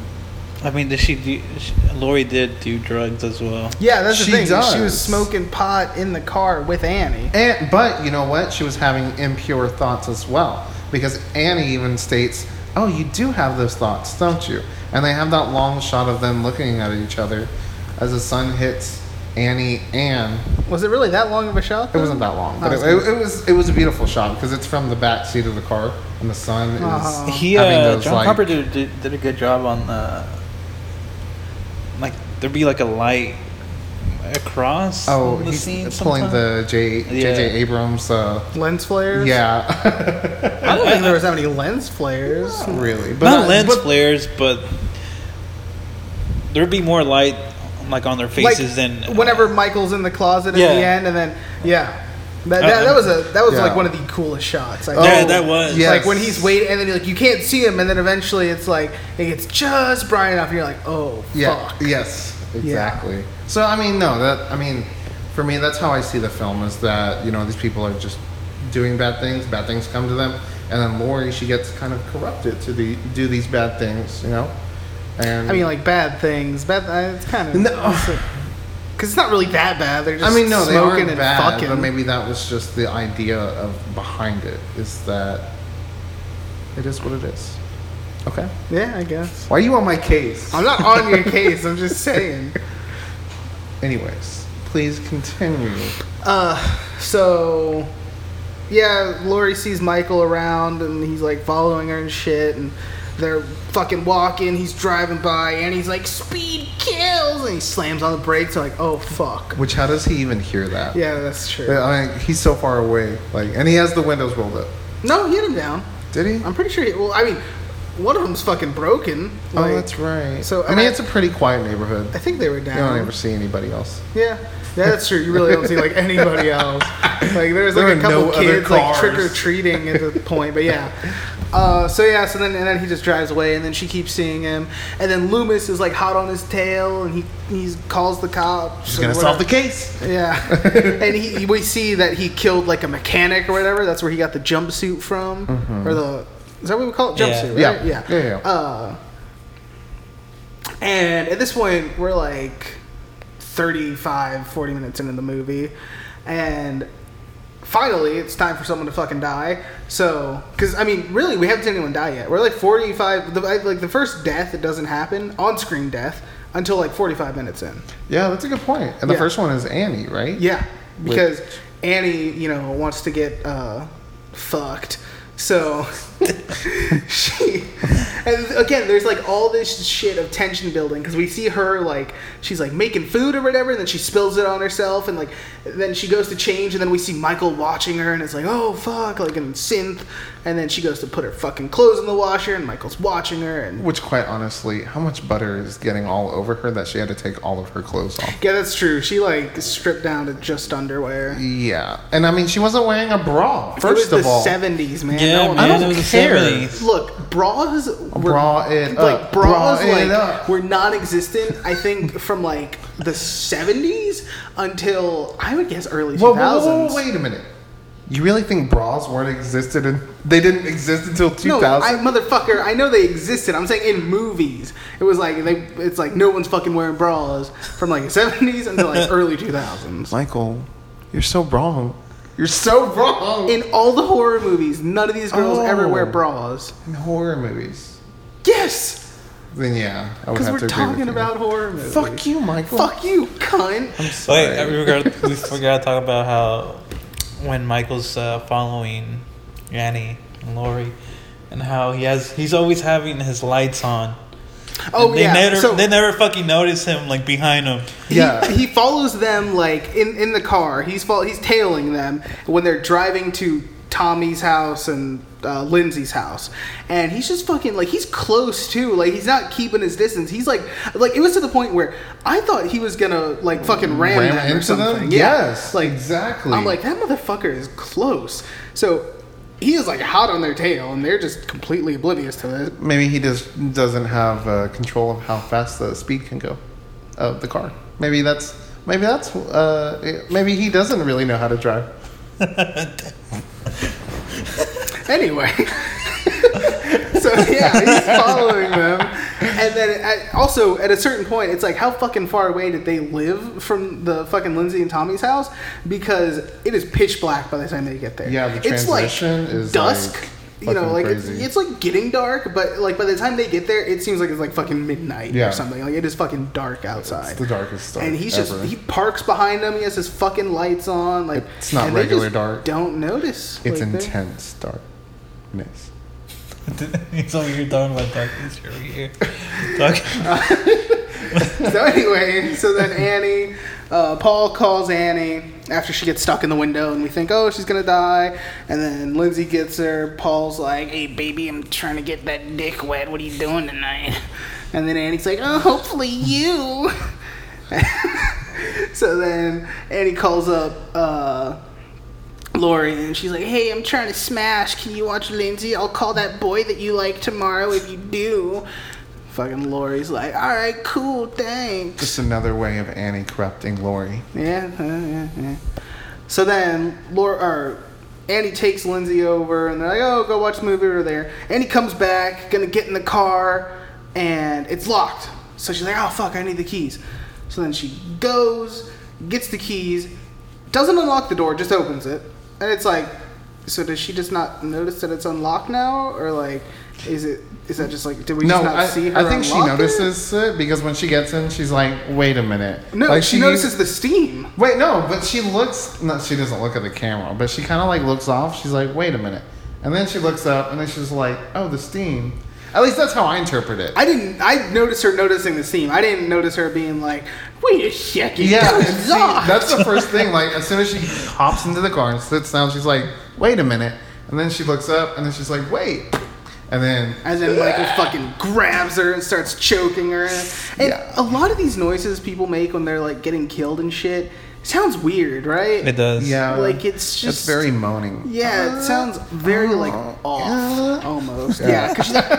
H: I mean, did she do? She, Lori did do drugs as well.
G: Yeah, that's
F: She
G: the thing.
F: does.
G: She was smoking pot in the car with Annie.
F: And but you know what? She was having impure thoughts as well because Annie even states, "Oh, you do have those thoughts, don't you?" And they have that long shot of them looking at each other as the sun hits Annie and
G: Was it really that long of a shot?
F: it
G: though?
F: wasn't that long, but
G: Oh,
F: it, it, it was it was a beautiful shot because it's from the back seat of the car and the sun is.
G: Uh-huh.
H: He,
F: having
H: uh,
F: those,
H: John
F: like-
H: Carpenter did, did, did a good job on uh, the. Like there'd be like a light across.
F: Oh,
H: the
F: he's
H: scene
F: pulling
H: sometime.
F: the J J.J.
H: Yeah.
F: Abrams. Uh,
G: lens flares.
F: yeah, [laughs]
G: I don't think there was that many lens flares.
F: Not really, but
H: not
F: I-
H: lens
F: but-
H: flares, but there'd be more light, like on their faces than uh,
G: whenever Michael's in the closet
H: Yeah. Uh,
G: at the end, and then yeah, that, that, that was a that was
F: Yeah.
G: like one of the coolest shots. I
F: Oh,
H: Yeah, that was.
F: yes.
G: Like when he's waiting, and then like you can't see him, and then eventually it's like it gets just bright enough, and you're like, oh
F: Yeah.
G: fuck.
F: Yes. Exactly. So I mean, no. That I mean, for me, that's how I see the film. Is that you know these people are just doing bad things. Bad things come to them, and then Lori she gets kind of corrupted to the do these bad things. You know, and
G: I mean, like bad things. Bad. uh, It's kind of [laughs]
F: No.
G: because it's not really that bad. They're just
F: I mean, no, they
G: smoking
F: aren't
G: and
F: bad,
G: fucking.
F: but maybe that was just the idea of behind it. Is that it is what it is. Okay.
G: yeah, I guess.
F: Why are you on my case?
G: I'm not on your [laughs] case. I'm just saying.
F: [laughs] Anyways, please continue.
G: Uh, so yeah, Lori sees Michael around and he's like following her and shit, and they're fucking walking. He's driving by and he's like, "Speed kills!" and he slams on the brakes. They're like, "Oh fuck!"
F: Which how does he even hear that?
G: Yeah, that's true.
F: I mean, he's so far away. Like, and he has the windows rolled up.
G: No, he hit him down.
F: Did he?
G: I'm pretty sure. He, well, I mean, one of them's fucking broken.
F: oh,
G: Like,
F: that's right.
G: so,
F: So, I
G: and
F: mean,
G: I-
F: it's a pretty quiet neighborhood.
G: I think they were
F: You don't
G: down.
F: ever see anybody else.
G: Yeah, yeah, that's true. You really don't see like anybody else. Like there's like
F: There
G: a
F: are
G: couple
F: no other
G: kids like
F: cars.
G: trick or treating at the point, but yeah. Uh, so yeah, so then and then he just drives away, and then she keeps seeing him, and then Loomis is like hot on his tail, and he he calls the cops.
F: She's
G: or
F: gonna
G: whatever.
F: solve the case.
G: Yeah,
F: [laughs]
G: and he, he- we see that he killed like a mechanic or whatever. That's where he got the jumpsuit from, or the is that what we call it
H: Yeah.
G: jumpsuit?
F: Mm-hmm. Yeah.
G: right? yeah,
F: Yeah, yeah, yeah.
G: Uh, and at this point, we're like 35, 40 minutes into the movie, and finally, it's time for someone to fucking die. So, because I mean, really, we haven't seen anyone die yet. We're like forty-five. The, like the first death that doesn't happen on-screen death until like forty-five minutes in.
F: Yeah, that's a good point. And the
G: Yeah.
F: first one is Annie, right?
G: Yeah,
F: With-
G: because Annie, you know, wants to get uh, fucked. So [laughs] she, and again, there's like all this shit of tension building because we see her like she's like making food or whatever, and then she spills it on herself, and like then she goes to change, and then we see Michael watching her, and it's like oh fuck, like in synth, and then she goes to put her fucking clothes in the washer, and Michael's watching her, and
F: Which, quite honestly, how much butter is getting all over her that she had to take all of her clothes off?
G: yeah, that's true. She like stripped down to just underwear.
F: Yeah, and I mean, she wasn't wearing a bra.
G: It was
F: First of
G: the
F: all,
G: seventies, man.
H: yeah,
G: No one-
H: man,
F: I don't
H: it was the
F: care.
H: 70s.
G: Look, bras
F: Bra it
G: like
F: up.
G: bras
F: Bra it
G: like
F: up.
G: were non-existent. I think from like the '70s until I would guess early 2000s.
F: Whoa, whoa, whoa, whoa, wait a minute. You really think bras weren't existed and they didn't exist until
G: No, I,
F: 2000?
G: motherfucker, I know they existed. I'm saying in movies, it was like they, it's like no one's fucking wearing bras from like [laughs] the 70s until like early 2000s.
F: Michael, you're so wrong. You're so wrong.
G: In all the horror movies, none of these girls ever
F: Oh.
G: wear bras.
F: In horror movies.
G: Yes,
F: Then yeah, I would
G: because
F: have to
G: we're
F: agree with
G: talking
F: you.
G: about horror movies.
F: Fuck you, Michael.
G: Fuck you, cunt.
F: Sorry.
I: Wait, uh, we
F: [laughs]
I: got
G: [laughs]
I: we forgot to talk about how when Michael's uh, following Annie and Lori, and how he has he's always having his lights on.
G: Oh
I: they
G: yeah.
I: never
G: so
I: they never fucking notice him like behind him. [laughs]
F: Yeah.
G: he, he follows them like in, in the car. He's fol- he's tailing them when they're driving to Tommy's house and uh, Lindsay's house, and he's just fucking like he's close too. Like he's not keeping his distance. He's like like it was to the point where I thought he was gonna like fucking ram,
F: Ram
G: them or
F: into them?
G: something.
F: Yes,
G: like
F: exactly.
G: I'm like that motherfucker is close. So he is like hot on their tail, and they're just completely oblivious to it.
F: Maybe he just doesn't have uh, control of how fast the speed can go of the car. Maybe that's maybe that's uh, it- maybe he doesn't really know how to drive.
G: Anyway. [laughs] so yeah, he's following them, and then at, also at a certain point, it's like how fucking far away did they live from the fucking Lindsay and Tommy's house? Because it is pitch black by the time they get there.
F: Yeah, the transition is,
G: dusk.
F: like,
G: you know,
F: fucking
G: like it's,
F: crazy.
G: it's like getting dark, but like by the time they get there, it seems like it's like fucking midnight
F: Yeah.
G: or something. Like it is fucking dark outside.
F: It's the darkest dark
G: And he's
F: ever.
G: just he parks behind them. He has his fucking lights on. Like
F: It's not
G: and they
F: regular
G: just
F: dark.
G: Don't notice.
F: It's
G: like, they're-
F: intense darkness.
I: he's over here talking about darkness. You're over here [laughs] talking.
G: so anyway, so then Annie, uh, Paul calls Annie after she gets stuck in the window, and we think, oh, she's gonna die. And then Lindsay gets her. Paul's like, hey, baby, I'm trying to get that dick wet. What are you doing tonight? And then Annie's like, oh, hopefully you. [laughs] so then Annie calls up. Uh, Lori and she's like, "Hey, I'm trying to smash. Can you watch Lindsay? I'll call that boy that you like tomorrow if you do." Fucking Lori's like, "All right, cool, thanks."
F: Just another way of Annie corrupting Lori.
G: Yeah, uh, yeah, yeah. So then Laura or Andy takes Lindsay over and they're like, "Oh, go watch the movie over there." Andy comes back, gonna get in the car, and it's locked. So she's like, "Oh fuck, I need the keys." So then she goes, gets the keys, doesn't unlock the door, just opens it, and it's like, so does she just not notice that it's unlocked now, or like, is it is that just like did we
F: No,
G: just not
F: I,
G: see her?
F: I think she
G: unlock it?
F: notices it? because when she gets in, she's like, "Wait a minute."
G: No,
F: like
G: she, notices the steam.
F: Wait, no, but she looks. No, she doesn't look at the camera, but she kind of like looks off. She's like, "Wait a minute," and then she looks up, and then she's like, "Oh, the steam." At least that's how I interpret it.
G: I didn't. I noticed her noticing the steam. I didn't notice her being like, "Wait a second,
F: [laughs]
I: [laughs]
F: yeah,
G: that was
F: and see,
G: locked."
F: that's the first thing. Like, as soon as she hops into the car and sits down, she's like, "Wait a minute," and then she looks up, and then she's like, "Wait," and then
G: And then Michael fucking grabs her and starts choking her. And
F: Yeah.
G: a lot of these noises people make when they're like getting killed and shit sounds weird, right?
I: It does.
F: yeah,
G: Like it's just
F: it's very moaning.
G: Yeah, it sounds very like
F: oh,
G: off
F: yeah.
G: almost. Yeah, 'cause she's like,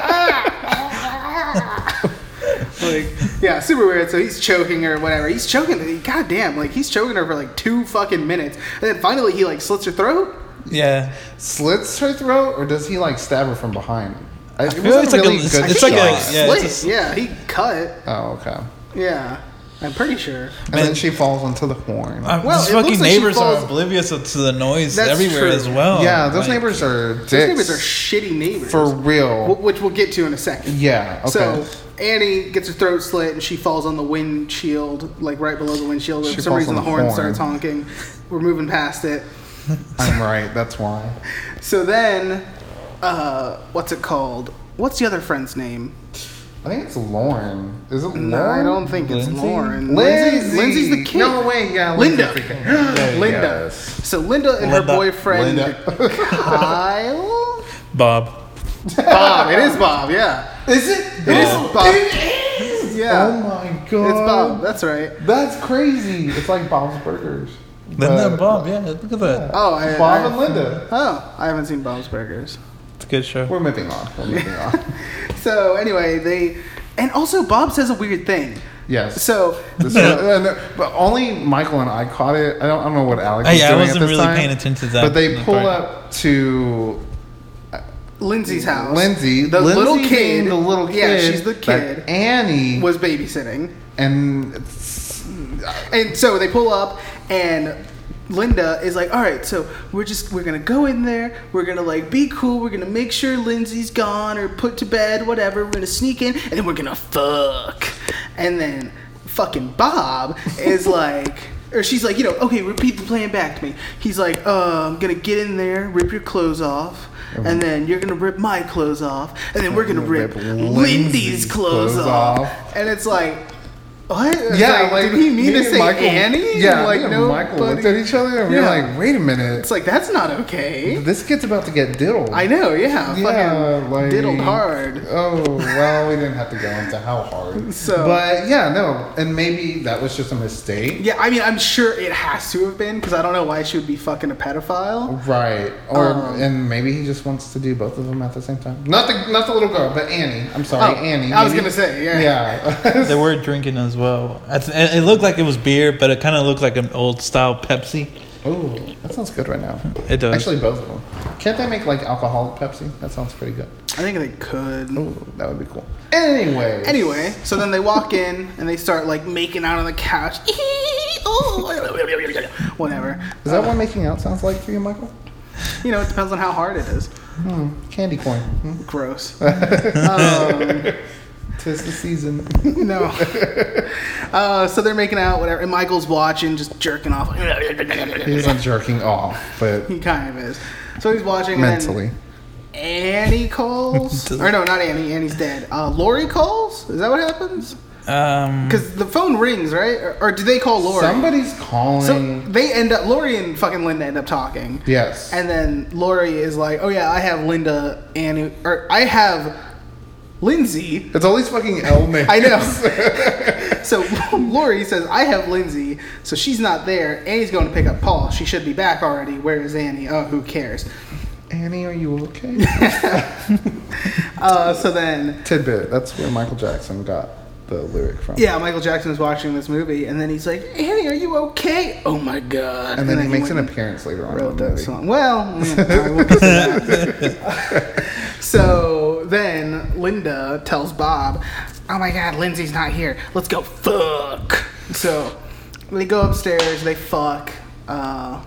G: "Ah, [laughs] ah." like yeah, super weird. So he's choking her, whatever. He's choking. He, goddamn, like he's choking her for like two fucking minutes, and then finally he like slits her throat.
I: Yeah.
F: Slits her throat, or does he like stab her from behind? I, it
I: feel
F: wasn't
I: it's like a-
F: really
I: it's-
F: good.
I: it's like a-
F: shot.
I: yeah,
G: Slit.
I: it's a-
G: yeah, he cut.
F: Oh, okay.
G: Yeah, I'm pretty sure.
F: And then she falls onto the horn.
I: Um,
G: Well,
I: these
G: it looks
I: fucking
G: like she
I: neighbors
G: falls-
I: are oblivious to the noise
G: That's
I: everywhere
G: true.
I: as well.
F: yeah, those
I: Like,
F: neighbors are dicks.
G: Those neighbors are shitty neighbors.
F: for
G: Wh-
F: real.
G: which we'll get to in a second.
F: Yeah. Okay.
G: So Annie gets her throat slit and she falls on the windshield, like right below the windshield.
F: She
G: For some
F: falls
G: reason,
F: on
G: the
F: the
G: horn,
F: horn.
G: starts honking. We're moving past it.
F: I'm right. That's why.
G: So then, uh, what's it called? What's the other friend's name?
F: I think it's Lauren. Is it Lauren?
G: No, I don't think it's
I: Lindsay?
G: Lauren.
F: Lindsay.
G: Lindsay's the kid.
F: No way. Yeah.
G: Linda.
F: Lindsay's the kid. There
G: [gasps]
F: you
G: Linda.
F: go.
G: So Linda and her
I: Linda.
G: boyfriend
F: Linda.
G: [laughs] Kyle.
F: [laughs]
I: Bob.
G: Bob. It is Bob. Yeah.
F: Is it?
G: It is
F: Oh.
G: Bob.
F: Oh
G: Yeah.
F: my god.
G: it's Bob. That's right.
F: That's crazy. It's like Bob's Burgers.
I: Linda
F: But-
G: Uh,
I: and Bob. Yeah, look at that.
G: Oh, I,
F: Bob
G: I-
F: and Linda.
G: Oh, I haven't seen Bob's Burgers.
I: It's a good show.
F: We're moving on. We're
G: [laughs]
F: moving on.
G: So anyway, they and also Bob says a weird thing.
F: Yes.
G: So
I: [laughs]
F: This- uh, no, but only Michael and I caught it. I don't, I don't know what Alex
I: Uh,
F: was
I: yeah, I
F: doing
I: wasn't
F: at this
I: really
F: time,
I: paying attention to that
F: But they
I: in the
F: pull
I: park.
F: up to
G: Lindsay's house.
F: Lindsay,
G: the
F: Lindsay
G: little
F: being
G: kid.
F: the little kid.
G: Yeah, she's the
F: that
G: kid.
F: Annie
G: was babysitting.
F: and it's-
G: And so they pull up and Linda is like, "All right, so we're just we're going to go in there. We're going to like be cool. We're going to make sure Lindsay's gone or put to bed, whatever. We're going to sneak in and then we're going to fuck." And then fucking Bob is like or she's like, "You know, okay, repeat the plan back to me." He's like, uh, "I'm going to get in there, rip your clothes off." And then you're gonna rip my clothes off, and then we're Mm-hmm. gonna rip, Lindy's clothes, off. and it's like, what? It's like, did he mean
F: me
G: to
F: and
G: say
F: Michael-
G: Annie?
F: Yeah,
G: like
F: me and
G: no.
F: Michael looked at each other and we
G: Yeah.
F: were like, "Wait a minute,
G: It's like that's not okay.
F: this kid's about to get diddled."
G: I know, yeah,
F: Yeah,
G: fucking
F: like
G: diddled hard.
F: Oh well, we didn't have to go into how hard.
G: So-
F: but yeah, no, and maybe that was just a mistake.
G: Yeah, I mean, I'm sure it has to have been because I don't know why she would be fucking a pedophile.
F: Right. Or
G: Um,
F: and maybe he just wants to do both of them at the same time. Not the not the little girl, but Annie. I'm sorry,
G: Oh,
F: Annie.
G: I was
F: Maybe-
G: gonna say, yeah. [laughs]
F: Yeah.
I: They were drinking as well. I th- It it looked like it was beer, but it kind of looked like an old style Pepsi.
F: oh, that sounds good right now.
I: It does.
F: Actually, both of them. Can't they make like alcoholic Pepsi? That sounds pretty good.
G: I think they could.
F: Oh, that would be cool. Anyway.
G: Anyway, so then they walk in and they start like making out on the couch. [laughs] Oh, [laughs] whatever.
F: Is that what making out sounds like for you, Michael?
G: You know, it depends on how hard it is.
F: Hmm, candy corn. Hmm.
G: Gross.
F: Tis
G: [laughs]
F: the season.
G: No. Uh, so they're making out, whatever, and Michael's watching, just jerking off.
F: He isn't jerking off, but
G: [laughs] He kind of is. So he's watching.
F: mentally.
G: And then Annie calls, or no, not Annie. Annie's dead. Uh, Lori calls. Is that what happens?
I: Um,
G: Because the phone rings, right? Or, or do they call Lori?
F: Somebody's
G: So
F: calling.
G: they end up. Lori and fucking Linda end up talking.
F: yes.
G: And then Lori is like, "Oh yeah, I have Linda, Annie, or I have Lindsay."
F: it's all these fucking L names.
G: I know. so [laughs] Lori says, I have Lindsay, so she's not there. Annie's going to pick up Paul. She should be back already. Where is Annie? Oh, who cares?
F: [laughs] Annie, are you
G: [laughs]
F: okay?
G: Uh, so then,
F: Tidbit. That's where Michael Jackson got the lyric from.
G: yeah, Michael Jackson is watching this movie, and then he's like, Annie, are you okay? Oh my god.
F: And then, he makes
G: went
F: an
G: and
F: appearance later on.
G: Wrote
F: in the
G: that
F: movie.
G: song. Well, yeah, we'll get to that. [laughs] so then Linda tells Bob, "Oh my God, Lindsay's not here. Let's go fuck." So they go upstairs. They fuck, uh,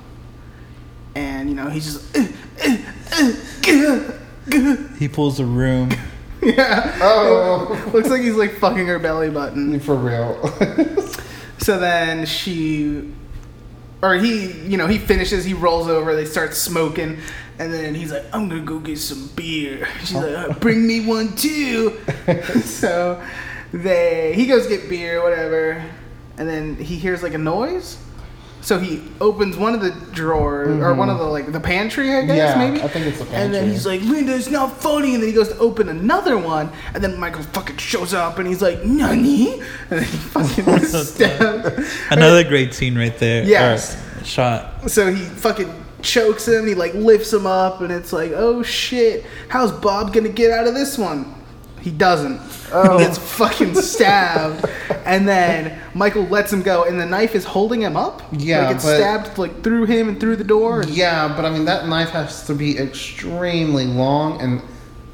G: and you know he's just [laughs] "Uh, uh, uh, gah, gah."
I: he pulls a
G: [laughs]
I: room.
G: yeah.
F: Oh.
G: looks like he's like fucking her belly button.
F: For real. [laughs]
G: So then she, or he, you know, he finishes. He rolls over. They start smoking, and then he's like, "I'm gonna go get some beer." [laughs] She's like, "Uh, "Bring me one too." [laughs] so they, he goes get beer, whatever, and then he hears like a noise. So he opens one of the drawers or one of the like the pantry, I guess
F: Yeah,
G: maybe.
F: I think it's the
G: And then
F: pantry.
G: he's like, "Linda, it's not funny." And then he goes to open another one, and then Michael fucking shows up, and he's like, "Nani?" And then he
F: [laughs]
G: fucking stabs.
I: Another great scene right there.
G: Yes.
I: Or shot.
G: So he fucking chokes him. He like lifts him up, and it's like, "Oh shit! How's Bob gonna get out of this one?" He doesn't. He
F: Oh.
G: gets fucking stabbed, and then Michael lets him go, and the knife is holding him up.
F: Yeah,
G: like it's
F: but-
G: stabbed like through him and through the door. and-
F: yeah, but I mean, that knife has to be extremely long and,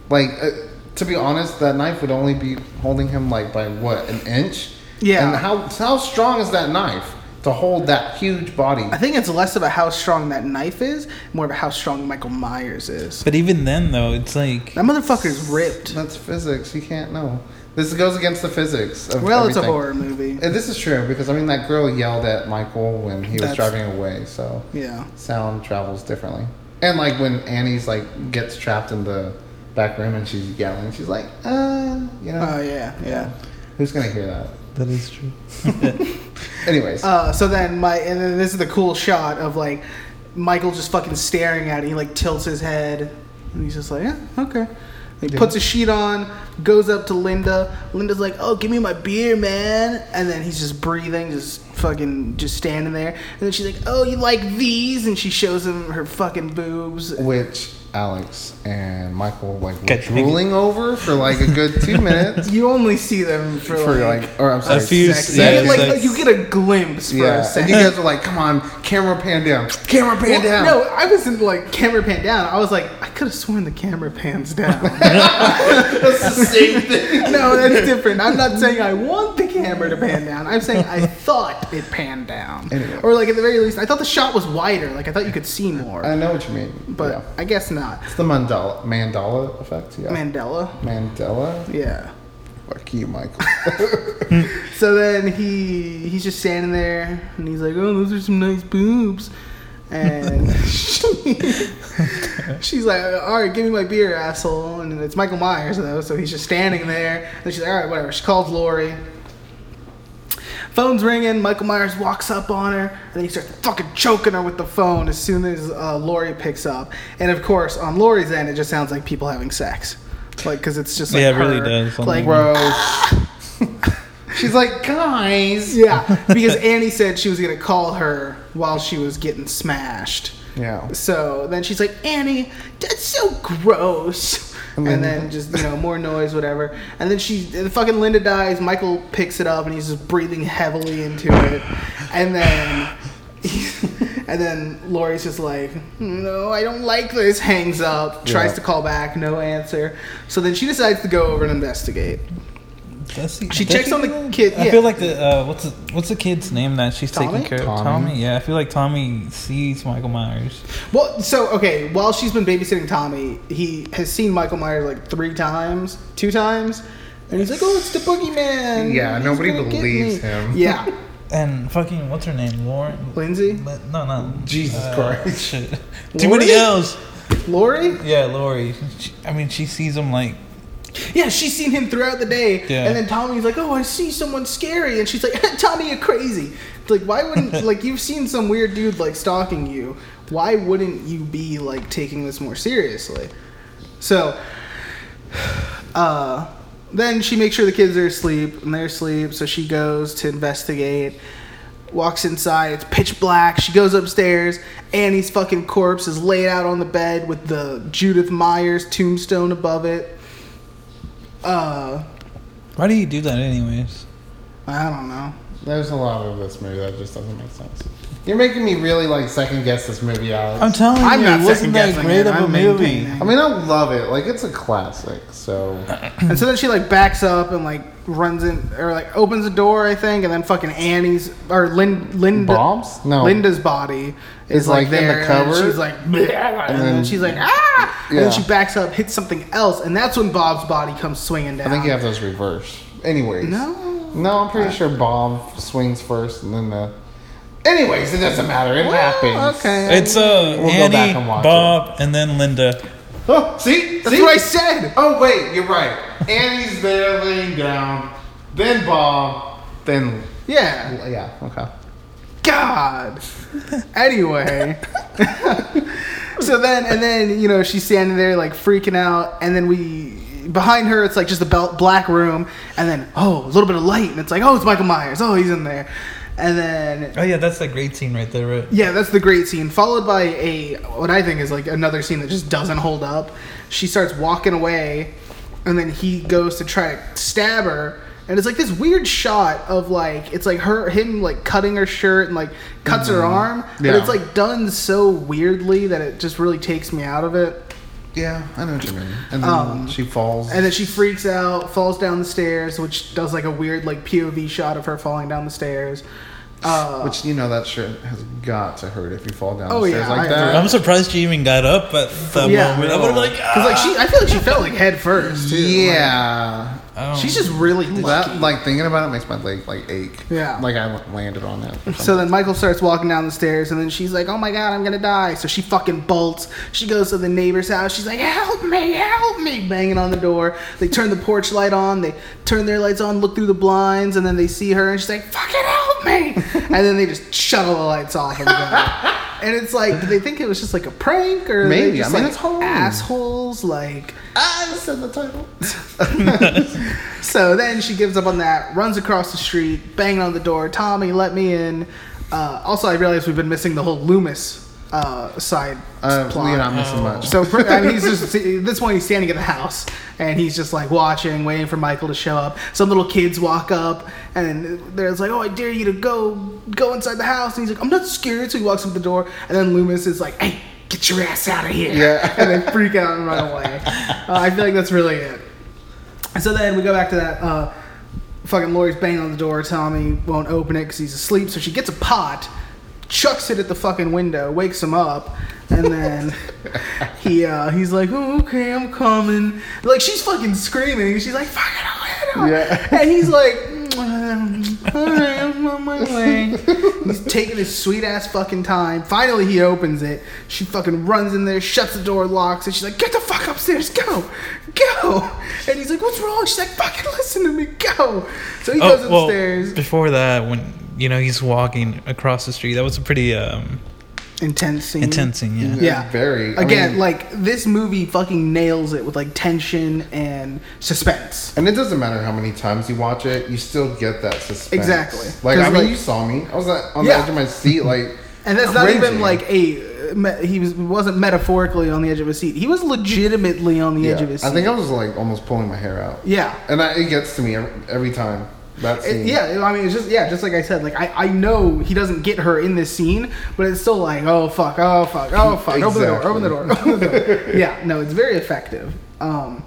F: like, uh, to be honest, that knife would only be holding him, like, by what, an inch?
G: Yeah.
F: And how, how strong is that knife to hold that huge body?
G: I think it's less about how strong that knife is, more about how strong Michael Myers is.
I: But even then, though, it's like
G: That motherfucker's ripped.
F: That's physics. You can't know. This goes against the physics. Of
G: Well, it's a
F: everything.
G: horror movie.
F: And this is true because I mean that girl yelled at Michael when he was
G: That's-
F: driving away, so
G: Yeah.
F: sound travels differently. And like when Annie's like gets trapped in the back room and she's yelling, she's like, uh, you know,
G: Oh yeah, yeah.
F: who's gonna hear that?
I: that is true.
F: Anyways,
G: Uh, so then my and then this is the cool shot of like Michael just fucking staring at it. He like tilts his head and he's just like, yeah, okay. He puts a sheet on, goes up to Linda. Linda's like, "Oh, give me my beer, man!" And then he's just breathing, just fucking just standing there. And then she's like, "Oh, you like these?" And she shows him her fucking boobs.
F: Which Alex and Michael like were
I: Get-
F: drooling over for like a good
G: [laughs]
F: two minutes.
G: You only see them for,
F: for
G: like,
F: like, or I'm sorry,
I: few
F: seconds.
G: you get, like,
I: seconds.
G: you get a glimpse for a
F: Yeah, and
G: second. [laughs]
F: you guys were like, "Come on, camera pan down, camera
G: Well,
F: pan down."
G: No, I wasn't like camera pan down. I was like, I could have sworn the camera pans down.
F: [laughs]
G: [laughs]
F: that's the same thing.
G: no, that's different. I'm not saying I want the camera to pan down. I'm saying I thought it panned down.
F: Anyway.
G: Or like at the very least, I thought the shot was wider. Like I thought you could see more.
F: I know what you mean,
G: but
F: yeah.
G: I guess not.
F: it's the mandala mandala effect. Yeah,
G: Mandela.
F: Mandela.
G: Yeah.
F: Fuck you,
G: [laughs]
F: Michael.
G: So then he he's just standing there and he's like, "Oh, those are some nice boobs."
I: [laughs]
G: And [laughs] she, she's like, "All right, give me my beer, asshole." And it's Michael Myers though, so he's just standing there. And she's like, "All right, whatever." She calls Lori. Phone's ringing. Michael Myers walks up on her, and then he starts fucking choking her with the phone as soon as uh, Lori picks up. And of course, on Lori's end, it just sounds like people having sex, like because it's just like
I: Yeah, it really
G: her,
I: does.
G: Like
F: Bro, she's like, guys.
G: yeah, [laughs] because Annie said she was gonna call her while she was getting smashed.
F: Yeah.
G: So then she's like, Annie, that's so gross. And then just you know more noise, whatever. And then she, and fucking Linda dies. Michael picks it up and he's just breathing heavily into it. And then, [laughs] and then Lori's just like, no, I don't like this. Hangs up, tries
F: Yeah.
G: to call back, no answer. So then she decides to go over and investigate.
I: Does he-
G: She
I: does
G: checks
I: he
G: on the
I: do that?
G: kid,
I: I
G: yeah.
I: feel like the uh, what's the, what's the kid's name that she's
G: Tommy?
I: taking care of?
F: Tommy.
I: Tommy. Yeah, I feel like Tommy sees Michael Myers.
G: Well, so okay, while she's been babysitting Tommy, he has seen Michael Myers like three times, two times, and he's like, "Oh, it's the boogeyman."
F: Yeah,
G: He's
F: nobody
G: gonna get
F: believes
G: me."
F: him. [laughs]
G: Yeah,
I: And fucking what's her name? Lauren.
G: Lindsay,
I: Li- No, no. Uh,
F: Jesus Christ.
I: Shit. Too
G: Lori?
I: many L's.
G: Lori.
I: Yeah, Lori. She, I mean, she sees him like
G: Yeah, she's seen him throughout the day,
I: Yeah.
G: and then Tommy's like, "Oh, I see someone scary," and she's like, [laughs] "Tommy, you're crazy." It's like, why wouldn't like you've seen some weird dude like stalking you? Why wouldn't you be like taking this more seriously? So, [sighs] uh, then she makes sure the kids are asleep, and they're asleep, so she goes to investigate. Walks inside, it's pitch black. She goes upstairs. Annie's fucking corpse is laid out on the bed with the Judith Myers tombstone above it. Uh,
I: Why do you do that, anyways?
G: I don't know. [laughs]
F: There's a lot of this movie that just doesn't make sense. You're making me really like second guess this movie, Alex.
I: I'm telling
G: I'm
I: you,
G: not
I: it wasn't that
G: second-guessing
I: great
G: it.
I: of a
G: I'm
I: movie.
G: maintaining.
F: I mean, I love it. Like, it's a classic. So,
G: And so then she like backs up and like runs in or like opens the door, I think, and then fucking Annie's or Lin, Linda
F: Bombs? No.
G: Linda's body is
F: It's,
G: like,
F: like, in the
G: there. and
F: cupboard.
G: she's like, [laughs] "Bleh," and, then,
F: then-
G: she's like, ah, and
F: Yeah.
G: then she backs up, hits something else, and that's when Bob's body comes swinging down.
F: I think you have those reverse. Anyways.
G: no. Uh.
F: No, I'm pretty sure Bob swings first and then the. Anyways, it doesn't matter. It happens.
G: Okay.
I: It's uh
F: We'll go back
I: Annie,
F: and watch it.
I: Bob, and then Linda.
F: [laughs] Oh, see?
G: That's
F: see?
G: what I said.
F: Oh, wait, you're right. Annie's there laying down, then Bob, then.
G: Yeah.
F: Yeah, okay.
G: God. Anyway. so then, and then, you know, she's standing there like freaking out. And then we, behind her, it's like just a bel- black room. And then, oh, a little bit of light. And it's like, oh, it's Michael Myers. Oh, he's in there. And then,
I: Oh yeah, that's that great scene right there. Right?
G: yeah, that's the great scene. Followed by a, what I think is like another scene that just doesn't hold up. She starts walking away. And then he goes to try to stab her. And it's like this weird shot of like it's like her him like cutting her shirt and like cuts her arm,
F: Mm-hmm. Yeah.
G: but it's like done so weirdly that it just really takes me out of it.
F: Yeah, I know what you mean. And then
G: Um,
F: she falls.
G: And then she freaks out, falls down the stairs, which does like a weird like POV shot of her falling down the stairs. Uh,
F: Which you know that shirt has got to hurt if you fall down
G: Oh,
F: the stairs
G: yeah, I
F: like
I: I'm
F: that.
I: surprised she even got up at the
G: Yeah.
I: moment. I would have been like,
G: because like she, I feel like she fell like head first. Too.
F: Yeah,
I: ah.
G: Like, she's just really
F: that
G: lucky.
F: like thinking about it makes my leg like ache.
G: Yeah.
F: like I la- landed on it.
G: So then Michael starts walking down the stairs, and then she's like, "Oh my god, I'm gonna die!" So she fucking bolts. She goes to the neighbor's house. She's like, "Help me! Help me!" Banging on the door. They turn the porch light on. They turn their lights on. Look through the blinds, and then they see her, and she's like, "Fucking help me!" and then they just shut all the lights off and go. And it's like, do they think it was just like a prank, or are they
F: Maybe. I
G: just,
F: mean,
G: like,
F: it's Halloween.
G: assholes? Like,
F: I said the title.
G: [laughs] so then she gives up on that, runs across the street, banging on the door. Tommy, let me in. Uh, also, I realize we've been missing the whole Loomis uh, side
F: Uh,
G: plot.
F: we're not missing much.
G: So pr- I mean, he's just at this point he's standing at the house and he's just like watching, waiting for Michael to show up. Some little kids walk up and they're just like, "Oh, I dare you to go go inside the house." And he's like, "I'm not scared." So he walks up the door and then Loomis is like, "Hey, get your ass out of here!"
F: Yeah.
G: [laughs] and they freak out and run away. Uh, I feel like that's really it. So then we go back to that. Uh, fucking Lori's banging on the door. Tommy won't open it because he's asleep. So she gets a pot, chucks it at the fucking window, wakes him up, and then he uh, he's like, oh, "Okay, I'm coming." Like she's fucking screaming. She's like, "Fucking open it up."
F: Yeah.
G: And he's like, "Mm, "All right, I'm on my way." he's taking his sweet ass fucking time. Finally, he opens it. She fucking runs in there, shuts the door, locks it. She's like, "Get the fuck upstairs, go, go!" And he's like, "What's wrong?" She's like, "Fucking listen to me, go." So he goes
I: Oh, well,
G: upstairs.
I: before that, when you know he's walking across the street, that was a pretty um,
G: intense scene.
I: intense scene. Yeah.
G: Yeah.
F: Very. I
G: Again,
F: mean-
G: like this movie fucking nails it with like tension and suspense.
F: And it doesn't matter how many times you watch it, you still get that suspense.
G: Exactly.
F: Like I
G: 'Cause,
F: mean,
G: like-
F: you saw me. I was like, on
G: Yeah.
F: the edge of
G: [laughs]
F: my seat, like.
G: And that's not even
F: cringing.
G: like a me- he was wasn't metaphorically on the edge of his seat. He was legitimately on the
F: Yeah.
G: edge of his seat.
F: I think I was like almost pulling my hair out.
G: yeah.
F: And I, it gets to me every, every time. That
G: It-
F: scene.
G: yeah, I mean, it's just yeah, just like I said, like I, I know he doesn't get her in this scene, but it's still like oh fuck, oh fuck, oh fuck, open the door, open the door, open the
F: [laughs]
G: door. yeah, no, it's very effective. Um,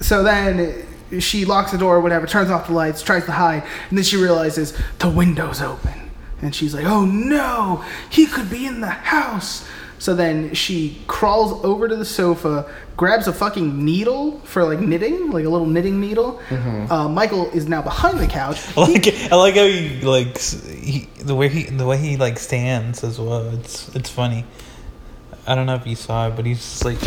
G: so then she locks the door, or whatever, turns off the lights, tries to hide, and then she realizes the window's open, and she's like, oh no, he could be in the house. So then she crawls over to the sofa, grabs a fucking needle for like knitting, like a little knitting needle.
F: Mm-hmm.
G: Uh, Michael is now behind the couch.
I: [laughs]
F: Oh,
I: I like I like how he like s- he, the way he the way he like stands as well. It's it's funny. I don't know if you saw it, but he's just like,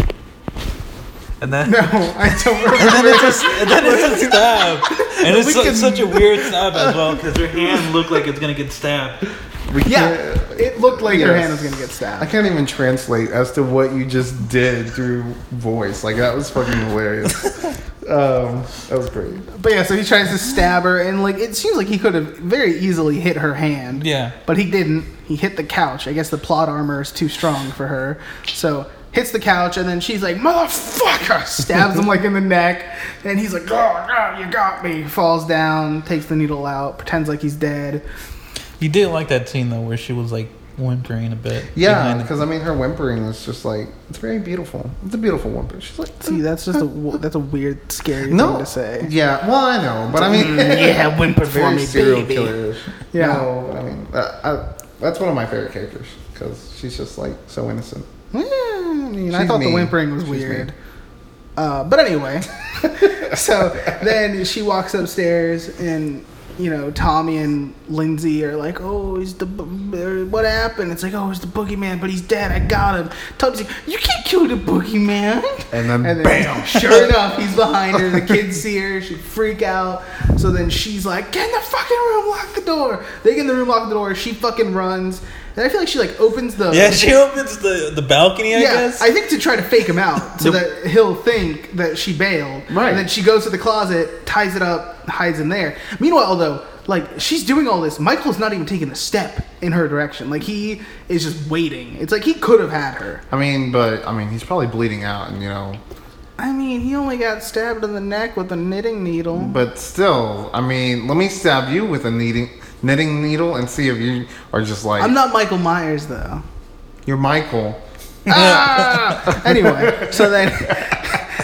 I: and then
G: [laughs] No, I
I: [laughs]
G: don't
I: and
G: remember.
I: then it's a s- and then it's a stab, and it's
G: We
I: su-
G: can-
I: such a weird stab as well because her hand looked like it's gonna get stabbed.
F: We
G: yeah,
F: can't-
G: it looked like her
F: Yes.
G: hand was gonna get
F: I
G: stabbed.
F: can't even translate as to what you just did through voice. Like that was fucking
G: [laughs]
F: hilarious. um, that was great.
G: But yeah, so he tries to stab her, and like it seems like he could have very easily hit her hand.
I: Yeah.
G: but he didn't. He hit the couch. I guess the plot armor is too strong for her, so hits the couch, and then she's like, "Motherfucker!" [laughs] stabs him like in the neck, and he's like, "Oh no, you got me!" Falls down, takes the needle out, pretends like he's dead.
I: You did like that scene though, where she was like whimpering a bit.
F: Yeah,
I: behind the-
G: [laughs]
F: because I mean, her whimpering is just like it's very beautiful. It's a beautiful whimper. She's like,
G: See, that's just a w- that's a weird, scary
F: no,
G: thing to say.
F: yeah. Well, I know, but I
G: Mm,
F: mean, [laughs]
G: yeah, whimper for
F: very
G: me,
F: serial
G: baby.
F: killer.
G: Yeah.
F: no, but I mean, uh, I, that's one of my favorite characters because she's just like so innocent.
G: Yeah, Hmm, I mean, I
F: She's
G: thought the
F: mean.
G: whimpering was
F: She's
G: weird.
F: mean.
G: Uh, but
F: [laughs]
G: anyway, so then she walks upstairs, and you know Tommy and Lindsay are like, "Oh, he's the bo- or what happened?" It's like, "Oh, it's the boogeyman, but he's dead. I got him." Tommy's like, "You can't kill the boogeyman."
F: And then bam.
G: Sure enough, he's behind her. The kids see her. She freak out. So then she's like, "Get in the fucking room, lock the door." They get in the room, lock the door. She fucking runs, and I feel like she like opens the
I: yeah, she opens the the balcony. I
G: yeah,
I: guess.
G: I think to try to fake him out so that he'll think that she bailed.
F: Right.
G: And then she goes to the closet, ties it up, hides in there. Meanwhile, though, like she's doing all this, Michael's not even taking a step in her direction. Like he is just waiting. It's like he could have had her.
F: I mean, but I mean, he's probably bleeding out, and you know,
G: I mean, he only got stabbed in the neck with a knitting needle.
F: But still, I mean, let me stab you with a knitting knitting needle and see if you are just like
G: I'm not Michael Myers though.
I: [laughs]
F: you're Michael.
G: Ah! anyway, so then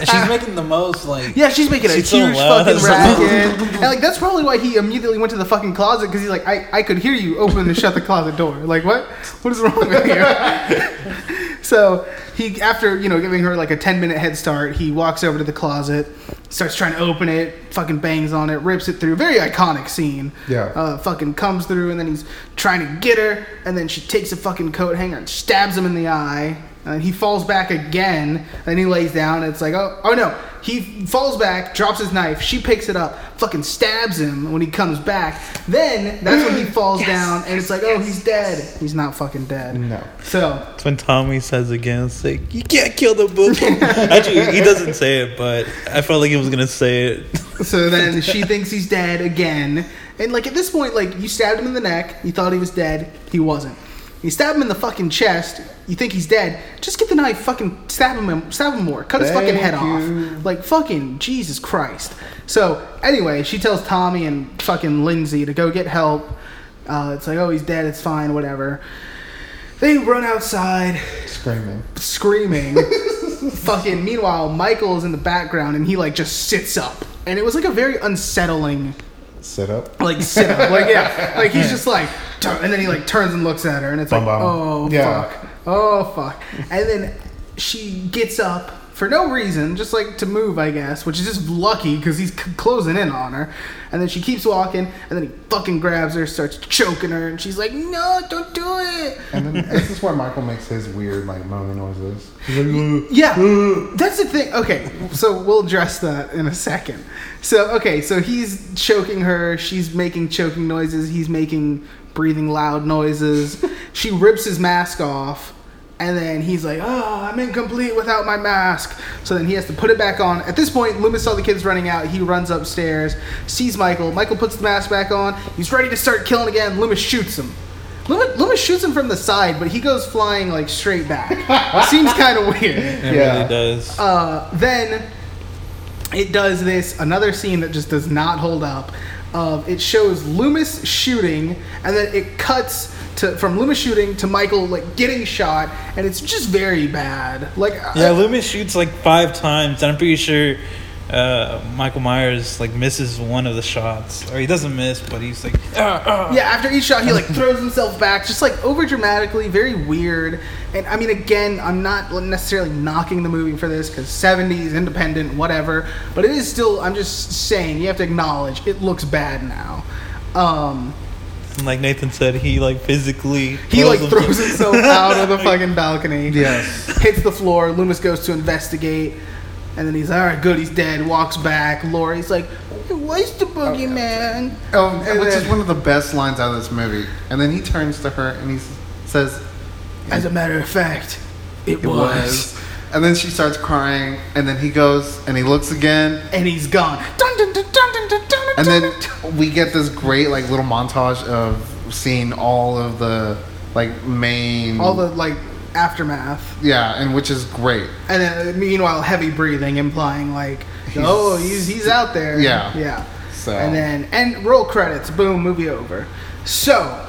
I: she's making the most like.
G: Yeah, she's making a
I: She's so
G: huge
I: loud. [laughs]
G: fucking
I: So-
G: racket. and like that's probably why he immediately went to the fucking closet because he's like, I, I could hear you open and shut the closet door. Like what? What is wrong with you? [laughs] so he after, you know, giving her like a ten minute head start, he walks over to the closet, starts trying to open it, fucking bangs on it, rips it through. Very iconic scene.
F: Yeah.
G: Uh, fucking comes through and then he's trying to get her and then she takes a fucking coat hanger and stabs him in the eye and then he falls back again and then he lays down and it's like oh oh no He falls back, drops his knife. She picks it up, fucking stabs him when he comes back. Then that's when he falls down, and it's like, oh, he's dead. He's not fucking dead.
F: [laughs] No.
G: So
I: That's when Tommy says again, it's like, you can't kill the book. Actually, he doesn't say it, but I felt like he was going to say it.
G: So then she thinks he's dead again. And like at this point, like you stabbed him in the neck, you thought he was dead, he wasn't. You stab him in the fucking chest, you think he's dead. Just get the knife, fucking stab him, um, stab him more, cut his fucking head off. Like fucking Jesus Christ. So anyway, she tells Tommy and fucking Lindsay to go get help. Uh, it's like, oh, he's dead. It's fine, whatever. They run outside
F: Screaming.
I: [laughs]
G: screaming. fucking meanwhile, Michael is in the background and he like just sits up. And it was like a very unsettling
F: Sit up.
G: like
I: [laughs]
G: sit up. Like yeah. Like he's just like turn, and then he like turns and looks at her and it's like,
I: bum.
G: "Oh
F: Yeah.
G: fuck. Oh fuck." And then she gets up for no reason, just like to move, I guess, which is just lucky because he's c- closing in on her. And then she keeps walking, and then he fucking grabs her, starts choking her, and she's like, "No, don't do it."
F: And then this is where Michael makes his weird like moaning noises. He's like, "Ugh."
G: Yeah, Hmm. that's the thing. Okay, so we'll address that in a second. So okay, so he's choking her. She's making choking noises. He's making breathing loud noises. she rips his mask off, and then he's like, "Oh, I'm incomplete without my mask." So then he has to put it back on. At this point, Loomis saw the kids running out. He runs upstairs, sees Michael. Michael puts the mask back on. He's ready to start killing again. Loomis shoots him. Loomis, Loomis shoots him from the side, but he goes flying like straight back. Seems kind of weird.
I: It
F: Yeah.
I: really does.
G: Uh, then it does this another scene that just does not hold up. Of it shows Loomis shooting, and then it cuts to from Loomis shooting to Michael like getting shot, and it's just very bad. Like uh, I-
I: yeah, Loomis shoots like five times, and I'm pretty sure uh, Michael Myers like misses one of the shots. Or he doesn't miss, but he's like, "Ah."
G: Yeah, after each shot, he like throws himself back, just like over dramatically, very weird. And I mean, again, I'm not necessarily knocking the movie for this because 70s, independent, whatever. But it is still, I'm just saying, you have to acknowledge it looks bad now. Um,
I: and like Nathan said, he like physically.
G: he like
I: himself-
G: throws
F: [laughs]
G: himself out of the fucking balcony.
F: Yes.
G: hits the floor. Loomis goes to investigate, and then he's all right, good, he's dead. Walks back. Laurie's like, "Where's the boogeyman?"
F: Oh,
G: And
F: which is
G: then-
F: one of the best lines out of this movie. And then he turns to her and he s- says,
G: As a matter of fact, it,
F: "It
G: was.
F: was." And then she starts crying. And then he goes and he looks again.
G: and he's gone. Dun, dun, dun, dun, dun, dun, dun,
F: And
G: dun,
F: then
G: dun.
F: we get this great like little montage of seeing all of the like main
G: all the like aftermath,
F: yeah, and which is great.
G: and then meanwhile heavy breathing, implying like, oh, he's he's out there.
F: Yeah.
G: yeah.
F: So-
G: and then and roll credits. Boom, movie over. So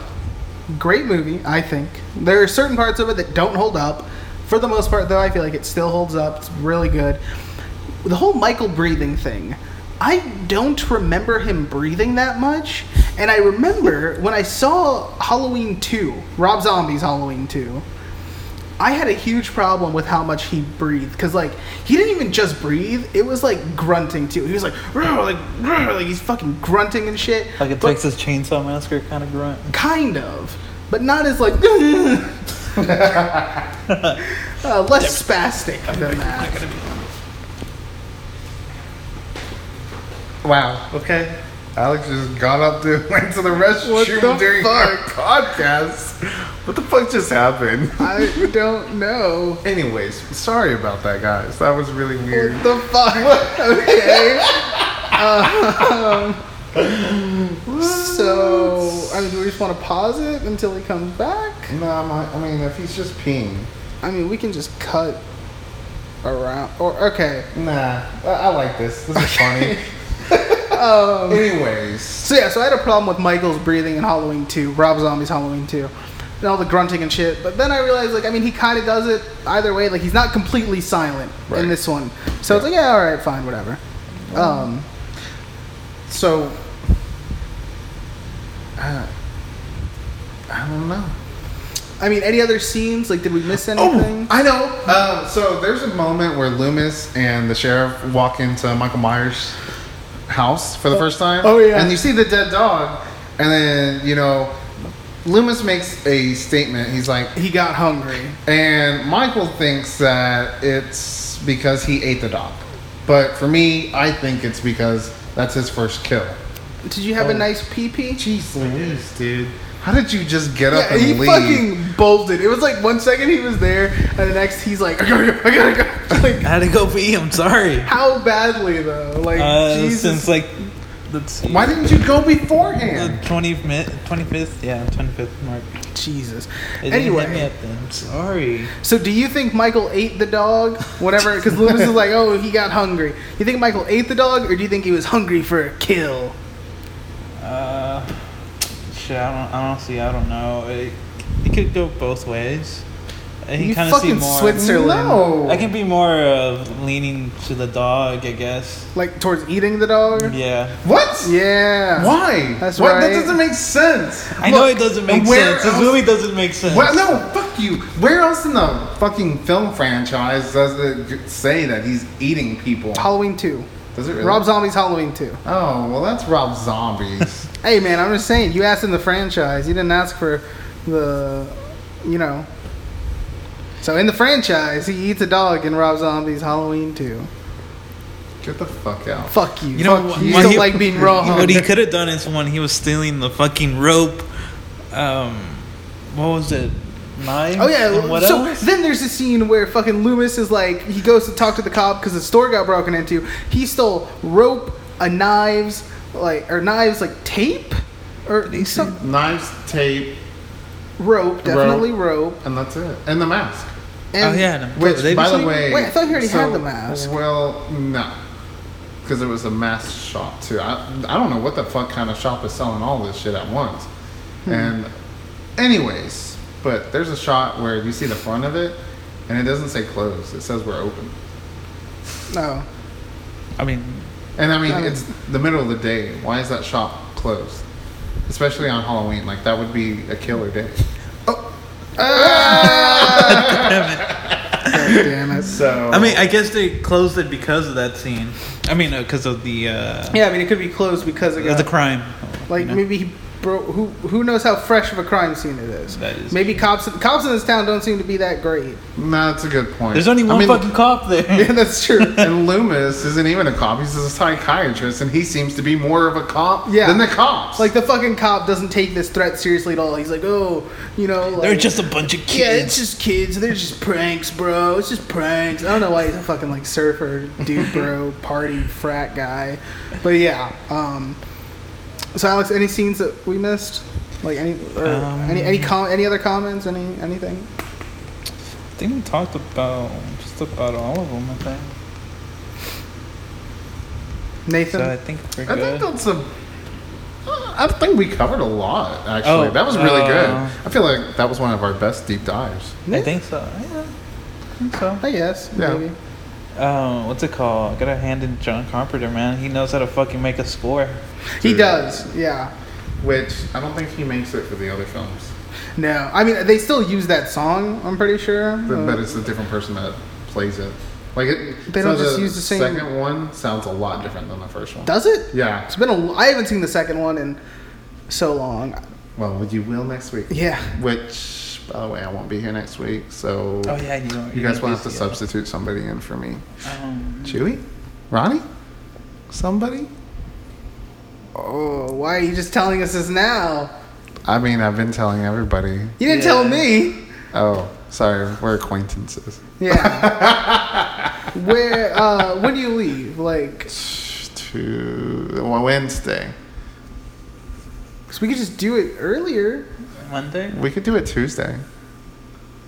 G: great movie, I think. There are certain parts of it that don't hold up. For the most part, though, I feel like it still holds up. It's really good. The whole Michael breathing thing, I don't remember him breathing that much. And I remember when I saw Halloween 2, Rob Zombie's Halloween 2, I had a huge problem with how much he breathed because like he didn't even just breathe; it was like grunting too. He was like, "Rrr," like, "Rrr," like he's fucking grunting and shit.
I: [laughs] Like a
G: But-
I: Texas Chainsaw Massacre kind of grunt.
G: kind of, but not as like [laughs] uh, less spastic than that.
F: Wow. Okay. Alex just got up to [laughs] went to the restroom
G: the
F: during our podcast. What the fuck just happened?
G: I don't know.
F: [laughs] Anyways, sorry about that, guys. That was really weird.
G: The fuck?
I: [laughs]
G: Okay. Um, so, I mean, do we just want to pause it until he comes back?
F: No, I'm not- I mean, if he's just peeing,
G: I mean, we can just cut around. Or okay.
F: nah. I, I like this. This is funny.
G: [laughs]
F: [laughs]
G: Um,
F: Anyways,
G: So yeah, so I had a problem with Michael's breathing in Halloween 2, Rob Zombie's Halloween 2, and all the grunting and shit. But then I realized, like, I mean, he kind of does it either way. Like, he's not completely silent
F: Right.
G: in this one. So it's like, yeah, all right, fine, whatever. Um,
F: so uh, I don't know.
G: I mean, any other scenes? Like, did we miss
F: Oh!
G: anything?
F: I know. Uh, so there's a moment where Loomis and the sheriff walk into Michael Myers' house for the first time.
G: oh, yeah.
F: And you see the dead dog, and then you know, Loomis makes a statement. He's like,
G: He got hungry.
F: and Michael thinks that it's because he ate the dog, But for me, I think it's because that's his first kill.
G: Did you
F: Oh.
G: have a nice pee pee?
F: Jeez Louise, dude. How did you just get up
G: Yeah,
F: and
G: he
F: leave?
G: fucking bolted. It was like one second he was there, and the next he's like, I gotta go, I gotta go. [laughs]
I: I
G: Like,
I: had to go pee. I'm sorry.
G: how badly though? Like,
I: Uh,
G: Jesus.
I: since like, let's see,
F: Why didn't you go
I: the
F: beforehand?
I: 20th, mi- 25th, yeah, 25th mark.
G: Jesus.
I: It didn't hit me
G: Anyway,
I: up then. I'm sorry.
G: so do you think Michael ate the dog? Whatever, because Loomis is like, oh, he got hungry. You think Michael ate the dog, or do you think he was hungry for a kill?
I: Uh, shit, I don't. Honestly, I don't know. It, it could go both ways. I can
G: You
I: kinda see
G: fucking
I: more-
G: Switzerland.
F: No.
I: I can be more of leaning to the dog, I guess.
G: Like towards eating the dog?
I: Yeah,
F: What?
G: Yeah.
F: Why?
G: That's
F: what?
G: right.
F: That doesn't make sense.
I: I know it doesn't make
F: where
I: sense. It
F: else-
I: really doesn't make sense.
F: Well, no, fuck you. Where else in the fucking film franchise does it g- say that he's eating people?
G: Halloween two.
F: Does it really?
G: Rob Zombie's Halloween two.
F: Oh well, that's
G: [laughs]
F: Rob Zombies.
G: Hey man, I'm just saying. You asked in the franchise. You didn't ask for the, you know. So in the franchise, he eats a dog in Rob Zombie's Halloween too.
F: Get the fuck out.
G: Fuck you.
I: You know
G: Fuck
I: what-
G: you. You
I: what
G: don't
I: he-
G: like being
I: [laughs]
G: wrong.
I: what he could have done is when he was stealing the fucking rope. Um, what was it? Knife.
G: Oh yeah.
I: And what
G: so
I: else?
G: then there's a scene where fucking Loomis is like, he goes to talk to the cop because the store got broken into. He stole rope, a knives, like or knives like tape, or some
F: Knives, tape,
G: rope, definitely rope,
F: and that's it. And the mask.
I: oh
G: and
I: yeah. and-
F: Which,
I: they
F: by
I: just-
F: the way,
G: Wait, I thought you already had the mask.
F: Well, no, because it was a mask shop too. I, I don't know what the fuck kind of shop is selling all this shit at once.
G: Hmm.
F: And, anyways, but there's a shot where you see the front of it, and it doesn't say closed. It says we're open.
G: No.
I: I mean,
F: And I mean,
G: Um,
F: it's the middle of the day. Why is that shop closed? Especially on Halloween, like that would be a killer day.
G: Oh.
F: [laughs]
G: Ah!
I: [laughs]
G: Damn it.
F: So
I: I mean, I guess they closed it because of that scene. I mean, because of the uh,
G: Yeah, I mean it could be closed because it got
I: of the crime.
G: Like
I: you know?
G: maybe he broke. Who who knows how fresh of a crime scene it is?
I: That is
G: Maybe cops cops in this town don't seem to be that great.
F: no, that's a good point.
I: There's only
F: I
I: one
F: mean, [laughs]
I: fucking cop there.
G: Yeah, that's true.
F: And Loomis isn't even a cop; he's a psychiatrist, and he seems to be more of a cop
G: Yeah.
F: than the cops.
G: like the fucking cop doesn't take this threat seriously at all. He's like, oh, you know,
I: [laughs]
G: like,
I: They're just a bunch of kids.
G: yeah, it's just kids. They're just pranks, bro. It's just pranks. I don't know why he's a fucking like surfer dude,
I: [laughs]
G: bro, party frat guy. But yeah. Um, so Alex, any scenes that we missed? Like any or
I: Um,
G: any any com- any other comments? Any anything?
I: I think we talked about just about all of them. I think.
G: Nathan.
I: So I think we're
F: I
I: good.
F: think that's a. I think we covered a lot. Actually,
I: Oh,
F: that was really good.
I: uh,
F: I feel like that was one of our best deep dives.
I: I think so. Yeah. I think so.
G: I guess.
F: Yeah.
G: Maybe.
I: Um, what's it called? Got a hand in John Carpenter, man. He knows how to fucking make a score.
G: He
F: Dude.
G: does. Yeah.
F: Which I don't think he makes it for the other films,
G: No, I mean they still use that song. I'm pretty sure.
F: but, but
G: Uh,
F: it's a different person that plays it. Like it,
G: They don't just use the same-
F: Second one sounds a lot different than the first one.
G: does it?
F: Yeah.
G: It's been a. l- I haven't seen the second one in so long.
F: Well, you will next week.
G: Yeah.
F: Which, by the way, I won't be here next week, so
I: Oh yeah, you know.
F: you guys will have to
I: sub.
F: substitute somebody in for me.
I: Um,
F: Chewy? Ronnie? Somebody?
G: Oh, why are you just telling us this now?
F: I mean, I've been telling everybody.
G: You didn't tell me.
F: Oh, sorry, we're acquaintances.
G: Yeah. [laughs] Where? Uh, when do you leave? Like,
F: To Wednesday.
G: cause we could just do it earlier.
I: Monday.
F: We could do it Tuesday.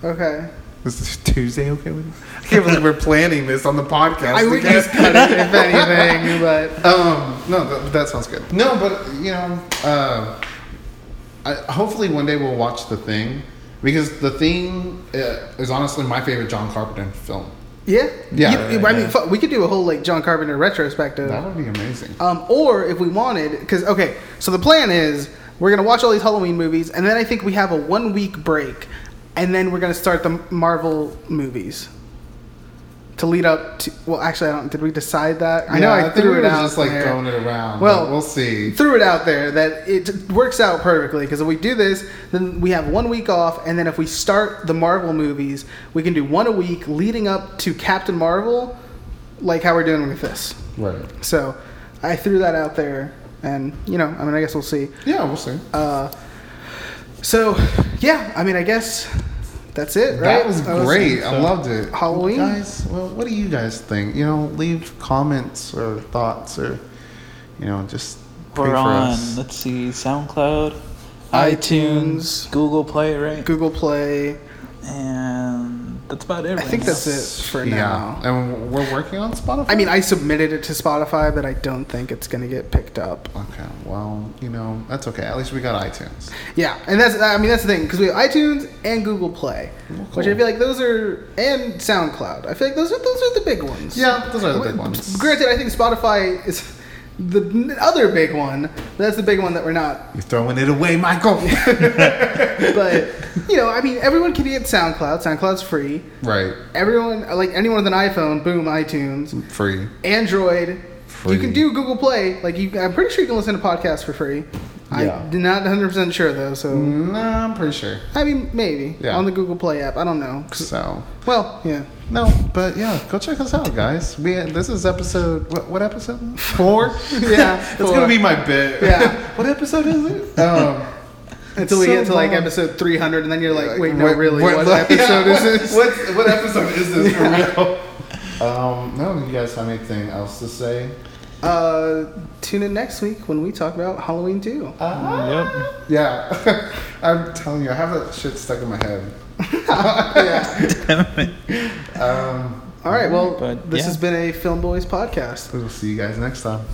G: Okay.
F: Is this Tuesday okay with you? I can't believe we're planning this on the podcast.
G: I would
F: again.
G: just cut it
I: [laughs]
G: if anything, but
F: Um, no, th- that sounds good. No, but you know, uh, I, hopefully one day we'll watch The Thing because The Thing uh, is honestly my favorite John Carpenter film.
G: yeah.
F: Yeah.
G: You- I mean, fuck, we could do a whole like John Carpenter retrospective.
F: That would be amazing.
G: Um, or if we wanted, because okay, so the plan is we're gonna watch all these Halloween movies, and then I think we have a one week break, and then we're gonna start the Marvel movies to lead up to. Well, actually, I don't. Did we decide that? I know
F: Yeah,
G: I,
F: think
G: threw
F: we
G: it
F: were
G: out
F: just like
G: there.
F: throwing it around.
G: Well-
F: Uh-huh. Well, we'll see.
G: Threw it out there that it works out perfectly because if we do this, then we have one week off, and then if we start the Marvel movies, we can do one a week leading up to Captain Marvel, like how we're doing with this.
F: Right.
G: So I threw that out there, and you know, I mean, I guess we'll see.
F: Yeah, we'll see.
G: Uh, so yeah, I mean, I guess that's it, right?
F: That was great. I loved it.
G: Halloween?
F: guys. Well, what do you guys think? You know, leave comments or thoughts or, you know, just pray
H: We're
F: for
H: on,
F: us.
H: let's see, SoundCloud,
G: iTunes.
H: iTunes, Google Play, right?
G: Google Play.
H: And that's about it.
G: I
H: right
G: think
H: now.
G: that's it for now.
F: Yeah, and we're working on Spotify.
G: I mean, I submitted it to Spotify, but I don't think it's going to get picked up.
F: okay. Well, you know, that's okay. At least we got iTunes.
G: Yeah, and that's I mean that's the thing because we have iTunes and Google Play, which I feel like those are and SoundCloud. I feel like those are those are the big ones.
F: Yeah, those are the big ones.
G: Granted, I think Spotify is the n- other big one. But that's the big one that we're not.
F: You're throwing it away, Michael. [laughs]
G: But you know, I mean, everyone can get SoundCloud. SoundCloud's free.
F: right.
G: Everyone, like anyone with an iPhone, boom, iTunes.
F: Free.
G: Android.
F: Free.
G: You can do Google Play. Like you, I'm pretty sure you can listen to podcasts for free.
F: Yeah.
G: I'm not 100 percent sure though. So
F: Mm, Nah, I'm pretty sure.
G: I mean, maybe
F: Yeah.
G: on the Google Play app. I don't know. 'Cause-
F: So
G: Well, yeah.
F: no, but yeah, go check us out, guys. We this is episode what, what episode [laughs] four?
G: Yeah,
F: it's
G: four.
F: gonna be my bit.
G: Yeah.
F: [laughs] what episode is it? Um,
G: Until we
F: so
G: get to like
F: long.
G: episode 300, and then you're like, wait, no, really, what, episode
F: [laughs] yeah,
G: is
F: what-
G: this?
F: What, what episode is [laughs] this for real? Um, no, you guys have anything else to say?
G: [laughs] Uh, tune in next week when we talk about Halloween 2.
I: Yep.
F: Yeah, [laughs] I'm telling you, I have that shit stuck in my head. yeah. Um,
G: All right, well,
H: But,
G: this
H: yeah.
G: has been a Film Boys podcast.
F: we'll see you guys next time.